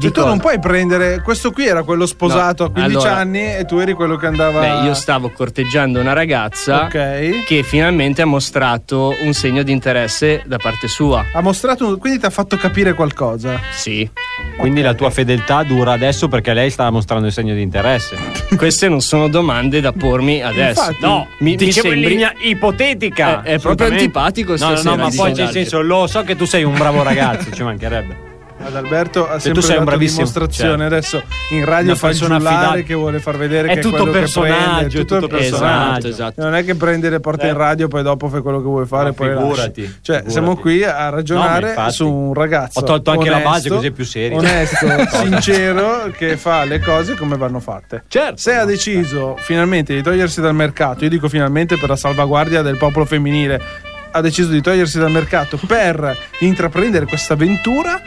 Cioè, tu cosa? non puoi prendere. Questo qui era quello sposato No, a 15 allora- anni e tu eri quello che andava. Beh, io stavo corteggiando una ragazza Ok. che finalmente ha mostrato un segno di interesse da parte sua. Ha mostrato. un- Quindi ti ha fatto capire qualcosa. Sì. Quindi la tua fedeltà dura adesso perché lei sta mostrando il segno di interesse. Queste non sono domande da pormi adesso. Infatti, dicevo in linea ipotetica. È, è proprio Assolutamente. antipatico No, no, stasera, no, ma dice poi nel Darge. senso, lo so che tu sei un bravo ragazzo, ci mancherebbe. Adalberto ha tu sempre sei un dato bravissimo, dimostrazione certo. adesso in radio Una fa il persona giullare affidabile. che vuole far vedere È che tutto quello che personaggio, prende, è tutto il personaggio. Esatto, esatto. non è che prendi le porte in radio poi dopo fai quello che vuoi fare Ma e poi figurati, lasci. cioè figurati. siamo qui a No, ma ragionare infatti. su un ragazzo Ho tolto anche onesto, la base, così è più serio. onesto sincero che fa le cose come vanno fatte Certo. se ha deciso finalmente di togliersi dal mercato io dico finalmente per la salvaguardia del popolo femminile ha deciso di togliersi dal mercato per intraprendere questa avventura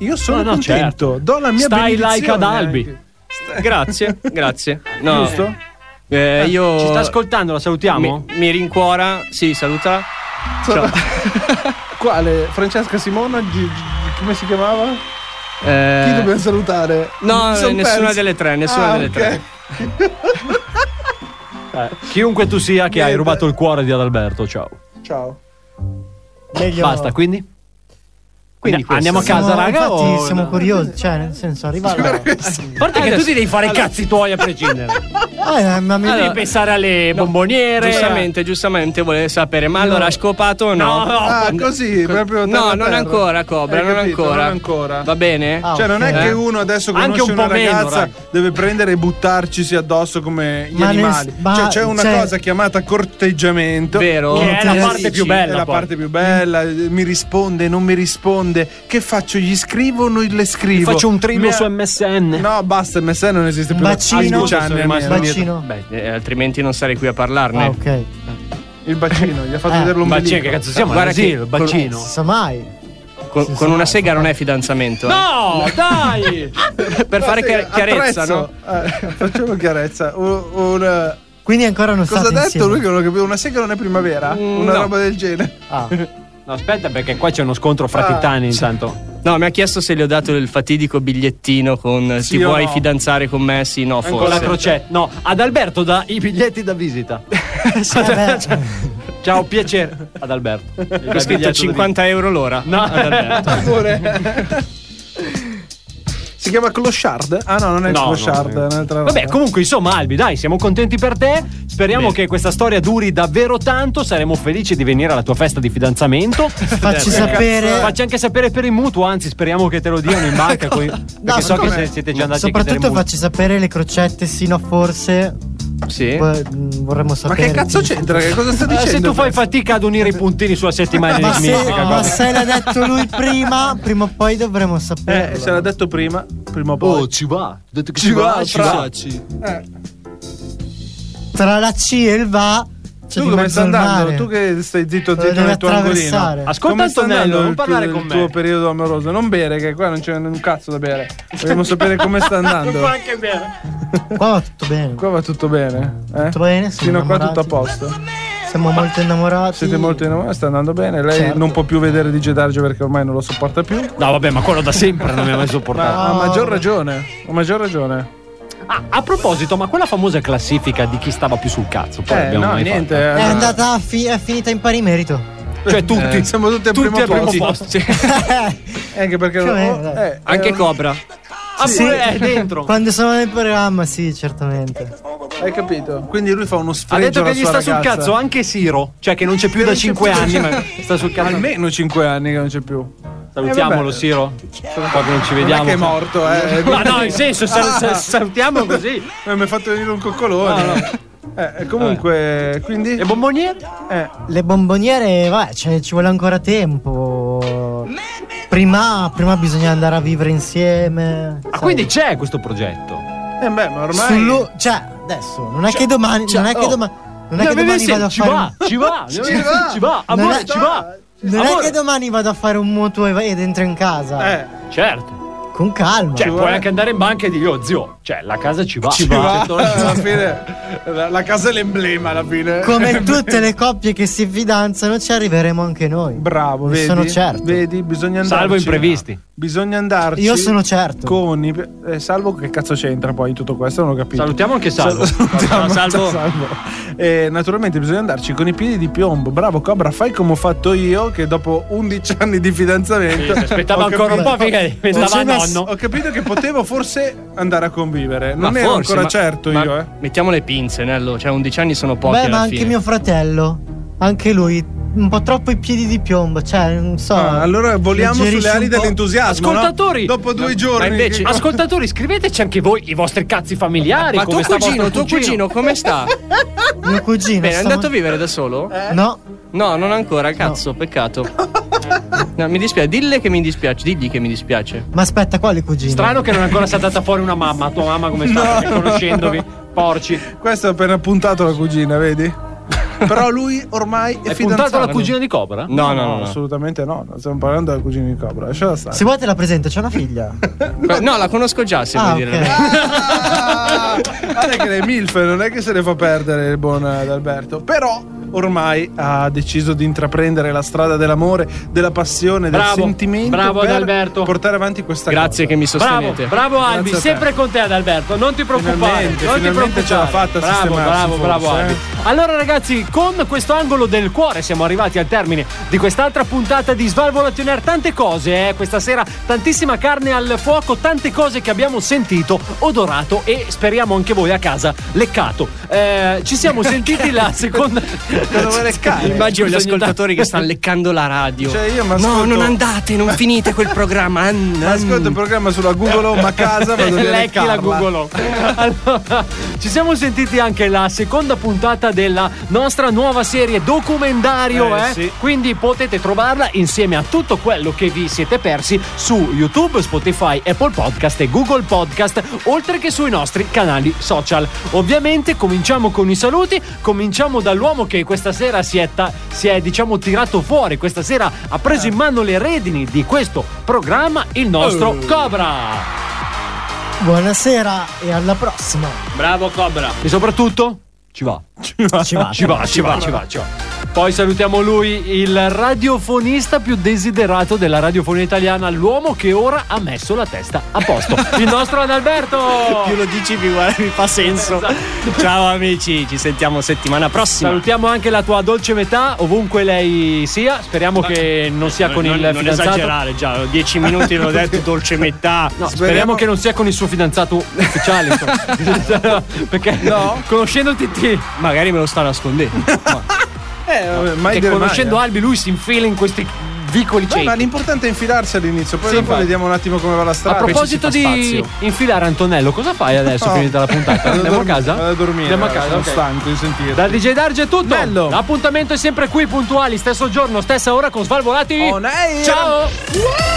io sono No, no, contento certo. do la mia Stai benedizione like ad Albi. anche. Stai- Grazie, grazie. No, giusto? eh, io Ci sta ascoltando, la salutiamo? mi, mi rincuora. Sì, saluta. Ciao. quale Francesca Simona Gi- Gi- come si chiamava? Eh, chi dobbiamo salutare? no, Mi son nessuna perso. delle tre, Ah, nessuna delle ok. tre. Eh, chiunque tu sia che hai rubato il cuore di Adalberto, ciao. ciao Meglio Eh, Basta, quindi? Quindi Ne- andiamo a questo. casa, Siamo- raga, Infatti, o- siamo curiosi. Cioè, nel senso, arriva Ah, là. A parte che tu ti devi fare i cazzi tuoi a prescindere. Eh, ma mi- Allora, devi pensare alle bomboniere. Giustamente, giustamente voleva sapere, ma allora ha scopato o no? No, no. Ah, così, proprio No, terra non terra. ancora, Cobra, Hai non capito? ancora. Non ancora. Va bene? cioè, non è Eh? che uno adesso conosce Anche un po' una meno, ragazza raga. deve prendere e buttarcisi addosso come gli Ma nel- animali. ma- cioè, c'è una cioè- cosa chiamata corteggiamento. Vero? Che Eh, è la Sì, parte sì, più sì, bella, È la poi. parte più bella. Mi risponde, non mi risponde. Che faccio? Gli scrivo o non le Ti scrivo? Faccio un trillo Mi- su MSN. No, basta, MSN non esiste più. Bacino. Ah, scusa, Bacino. sono rimasto indietro. Beh, eh, altrimenti non sarei qui a parlarne. Ah, ok. Il bacino, gli ha fatto Eh. vedere l'ombelico. Bacino, Eh, che cazzo siamo? Guarda All'asilo, che- bacino. Non sa mai. Con, con una sega non è fidanzamento. eh. No, dai! per fare Guarda, chiar- chiarezza, attrezzo. Eh, facciamo chiarezza. Un- un- Quindi ancora non Cosa ha state detto insieme. lui che non ho capito? Una sega non è primavera? una Mm, no. roba del genere. Ah. No, aspetta, perché qua c'è uno scontro fra Ah, titani intanto. no? No, mi ha chiesto se le ho dato il fatidico bigliettino con eh, Sì ti o vuoi no? fidanzare con me? Sì, no, Con la forse. crocetta. No, ad Alberto da i biglietti da visita. Cioè, Ciao, piacere. Ad Alberto. Ho scritto 50 euro l'ora. No. Ad Alberto. Si chiama Clochard? Ah no, non è No, Clochard, no, è un'altra roba. Vabbè, comunque, insomma, Albi, dai, siamo contenti per te. Speriamo Bene. che questa storia duri davvero tanto. Saremo felici di venire alla tua festa di fidanzamento. Facci Eh, sapere. Facci anche sapere per il mutuo. Anzi, speriamo che te lo diano in banca. coi- perché Ecco. ma so che come? se- siete già andati a Soprattutto chiedere facci sapere le crocette, sì, no, forse. Sì. Poi, mm, vorremmo Ma sapere. che cazzo c'entra? Che cosa sta mutuo. Eh, dicendo? se tu fai fatica ad unire i puntini sulla settimana Ma di se, Mistica, ma guarda. se l'ha detto lui prima, prima o poi dovremmo sapere. Eh, se l'ha detto prima, prima o poi. ci va. Detto Oh, ci va, fra. Tra la C e il va, Tu c'è come di Cioè, mezzo stai al andando? mare. Tu che stai zitto Lo zitto devi nel tuo attraversare. angolino. Ascolta, Come sta Antonello, andando non il- parlare il con me. tuo periodo amoroso, non bere che qua non c'è un cazzo da bere. Vogliamo sapere come sta andando. Qua va tutto bene. Qua va tutto bene, eh? Tutto bene, siamo Fino a qua tutto a innamorati. posto. Siamo molto innamorati. Siete molto innamorati, sta andando bene. Lei Certo. non può più vedere di Darge perché ormai non lo sopporta più. No, vabbè, ma quello da sempre non mi ha mai sopportato. Ma ha maggior ragione, ha maggior ragione. Ah, a proposito, ma quella famosa classifica di chi stava più sul cazzo? Poi Eh, abbiamo no, mai niente. fatta. È eh, andata a fi- è finita in pari merito. Cioè, tutti. Eh, siamo tutti al tutti primo al primo posto. posto. Sì. eh, Anche perché Più o meno, oh, dai. eh, Anche eh, Cobra. Ah, pure è dentro. Quando sono nel programma, sì, certamente. eh, Hai capito? Quindi lui fa uno Ha sfregio detto alla che gli sua sta sul ragazza. cazzo anche Siro, cioè che non c'è più da 5 anni, ma sta sul cazzo. Almeno 5 anni che non c'è più. Eh, Salutiamolo, vabbè. Siro. Qua che non ci Non è vediamo. che è morto, eh. Ma no, in senso, sal- sal- salutiamo così. Eh, Mi ha fatto venire un coccolone. Eh, comunque, quindi. E bomboniere? eh, Le bomboniere, vabbè, cioè, ci vuole ancora tempo. Prima, prima bisogna andare a vivere insieme. Ah, sai. quindi c'è questo progetto. eh, beh, ma ormai. Sullo- cioè, adesso, non è che domani, non è che oh. domani, non Ne è che avevi domani sen- vado a ci fare va, un- ci va, ne avevi- va. ci va, Non amore, è- ci va. Non è Amore. che domani vado a fare un mutuo e, ed entro in casa. Eh, Certo. Con calma. Cioè, puoi vuole. anche andare in banca e dire, oh zio, cioè, la casa ci va. ci va. Se torni- alla fine. La, la casa è l'emblema alla fine. Come tutte le coppie che si fidanzano, ci arriveremo anche noi. Bravo, Ne vedi? sono certo. Vedi, bisogna andarci. Salvo imprevisti. Bisogna andarci. Io sono certo. Con i- eh, salvo che cazzo c'entra poi in tutto questo? Non ho capito. Salutiamo anche Salvo. Ciao, Salutiamo, Salvo. Salvo. Eh, naturalmente bisogna andarci con i piedi di piombo. Bravo Cobra, fai come ho fatto io che dopo 11 anni di fidanzamento Sì, si aspettava ho ancora un po' finché diventava ci messo- nonno. Ho capito che potevo forse andare a convivere. Non Ma ero forse, ancora ma- certo ma io, eh. Mettiamo le pinze, Nello. Cioè, 11 anni sono pochi. Beh, alla ma anche fine. mio fratello, anche lui, un po' troppo i piedi di piombo. Cioè, non so. Ah, allora voliamo alleggerisci sulle ali un po'. dell'entusiasmo. no? Ascoltatori! Dopo due Ma giorni. invece- che- Ascoltatori, scriveteci anche voi i vostri cazzi familiari. Ma tuo come sta cugino, vostro tuo cugino, come sta? Mio cugino. Bene, è sta andato eh? a mo- Eh. vivere da solo? No, No, non ancora, cazzo, peccato. No, mi dispiace, dille che mi dispiace, digli che mi dispiace. ma aspetta, quale cugino? Strano che non è ancora saltata fuori una mamma. Tua mamma come sta? Perché Conoscendovi, porci. Questo ha appena puntato la cugina, vedi? Però lui ormai è Hai fidanzato. puntato la cugina di Cobra? No, no, no. no. assolutamente no. Non stiamo parlando della cugina di Cobra. Lasciala stare. Se vuoi te la presento, c'è una figlia. Que- No, la conosco già, se ah, vuoi dire. ok. Ah, guarda che le MILF non è che se le fa perdere il buon eh, D'Alberto. Però ormai ha deciso di intraprendere la strada dell'amore, della passione, del Bravo, sentimento bravo per Adalberto. portare avanti questa Grazie cosa. che mi sostenete. Bravo, bravo Grazie Albi, a te. sempre con te Adalberto, non ti preoccupare. Finalmente, non ti finalmente preoccupare. ce l'ha fatta a bravo, sistemarsi, bravo, forse, bravo eh. Albi. Allora ragazzi, con questo angolo del cuore siamo arrivati al termine di quest'altra puntata di Svalvolation Air. Tante cose, eh, questa sera tantissima carne al fuoco, tante cose che abbiamo sentito, odorato e speriamo anche voi a casa leccato. Eh, ci siamo sentiti la seconda... Immagino gli Bisogna- ascoltatori che stanno leccando la radio. Cioè, io no, m'ascolto- non andate, non finite quel programma. Ascolto il programma sulla Google Home a casa, vado via a Lecchi la leccarla. Google Home. Allora, ci siamo sentiti anche la seconda puntata della nostra nuova serie documentario. Eh, eh. sì. Quindi potete trovarla insieme a tutto quello che vi siete persi su YouTube, Spotify, Apple Podcast e Google Podcast, oltre che sui nostri canali social. Ovviamente cominciamo con i saluti, cominciamo dall'uomo che questa sera si è, ta- si è, diciamo tirato fuori, questa sera ha preso Eh. in mano le redini di questo programma, il Oh. nostro Cobra. Buonasera e alla prossima. Bravo Cobra. E soprattutto ci va. Ci va, ci va, ci va, ci va, ci va. Poi salutiamo lui, il radiofonista più desiderato della radiofonia italiana, l'uomo che ora ha messo la testa a posto. Il nostro Adalberto! Più lo dici, più guarda, mi fa senso. Ciao amici, ci sentiamo settimana prossima. Salutiamo anche la tua dolce metà, ovunque lei sia. Speriamo che non sia con non, il non fidanzato. esagerare già, 10 minuti l'ho detto, dolce metà. No, speriamo, che non sia con il suo fidanzato ufficiale. insomma. Perché conoscendoti ti. Magari me lo sta nascondendo. Eh, Che mai dire conoscendo mai, eh. Albi, lui si infila in questi vicoli Beh, ciechi. ma l'importante è infilarsi all'inizio, poi Sì, dopo infatti. vediamo un attimo come va la A strada. proposito di infilare Antonello, cosa fai adesso No. finita la puntata? Vado a Andiamo a dormire, casa? vado a dormire, eh, Andiamo a casa, sono ok. stanco di sentire. Dal DJ Darge è tutto. L'appuntamento è sempre qui, puntuali, stesso giorno, stessa ora con Svalvolati. Ciao!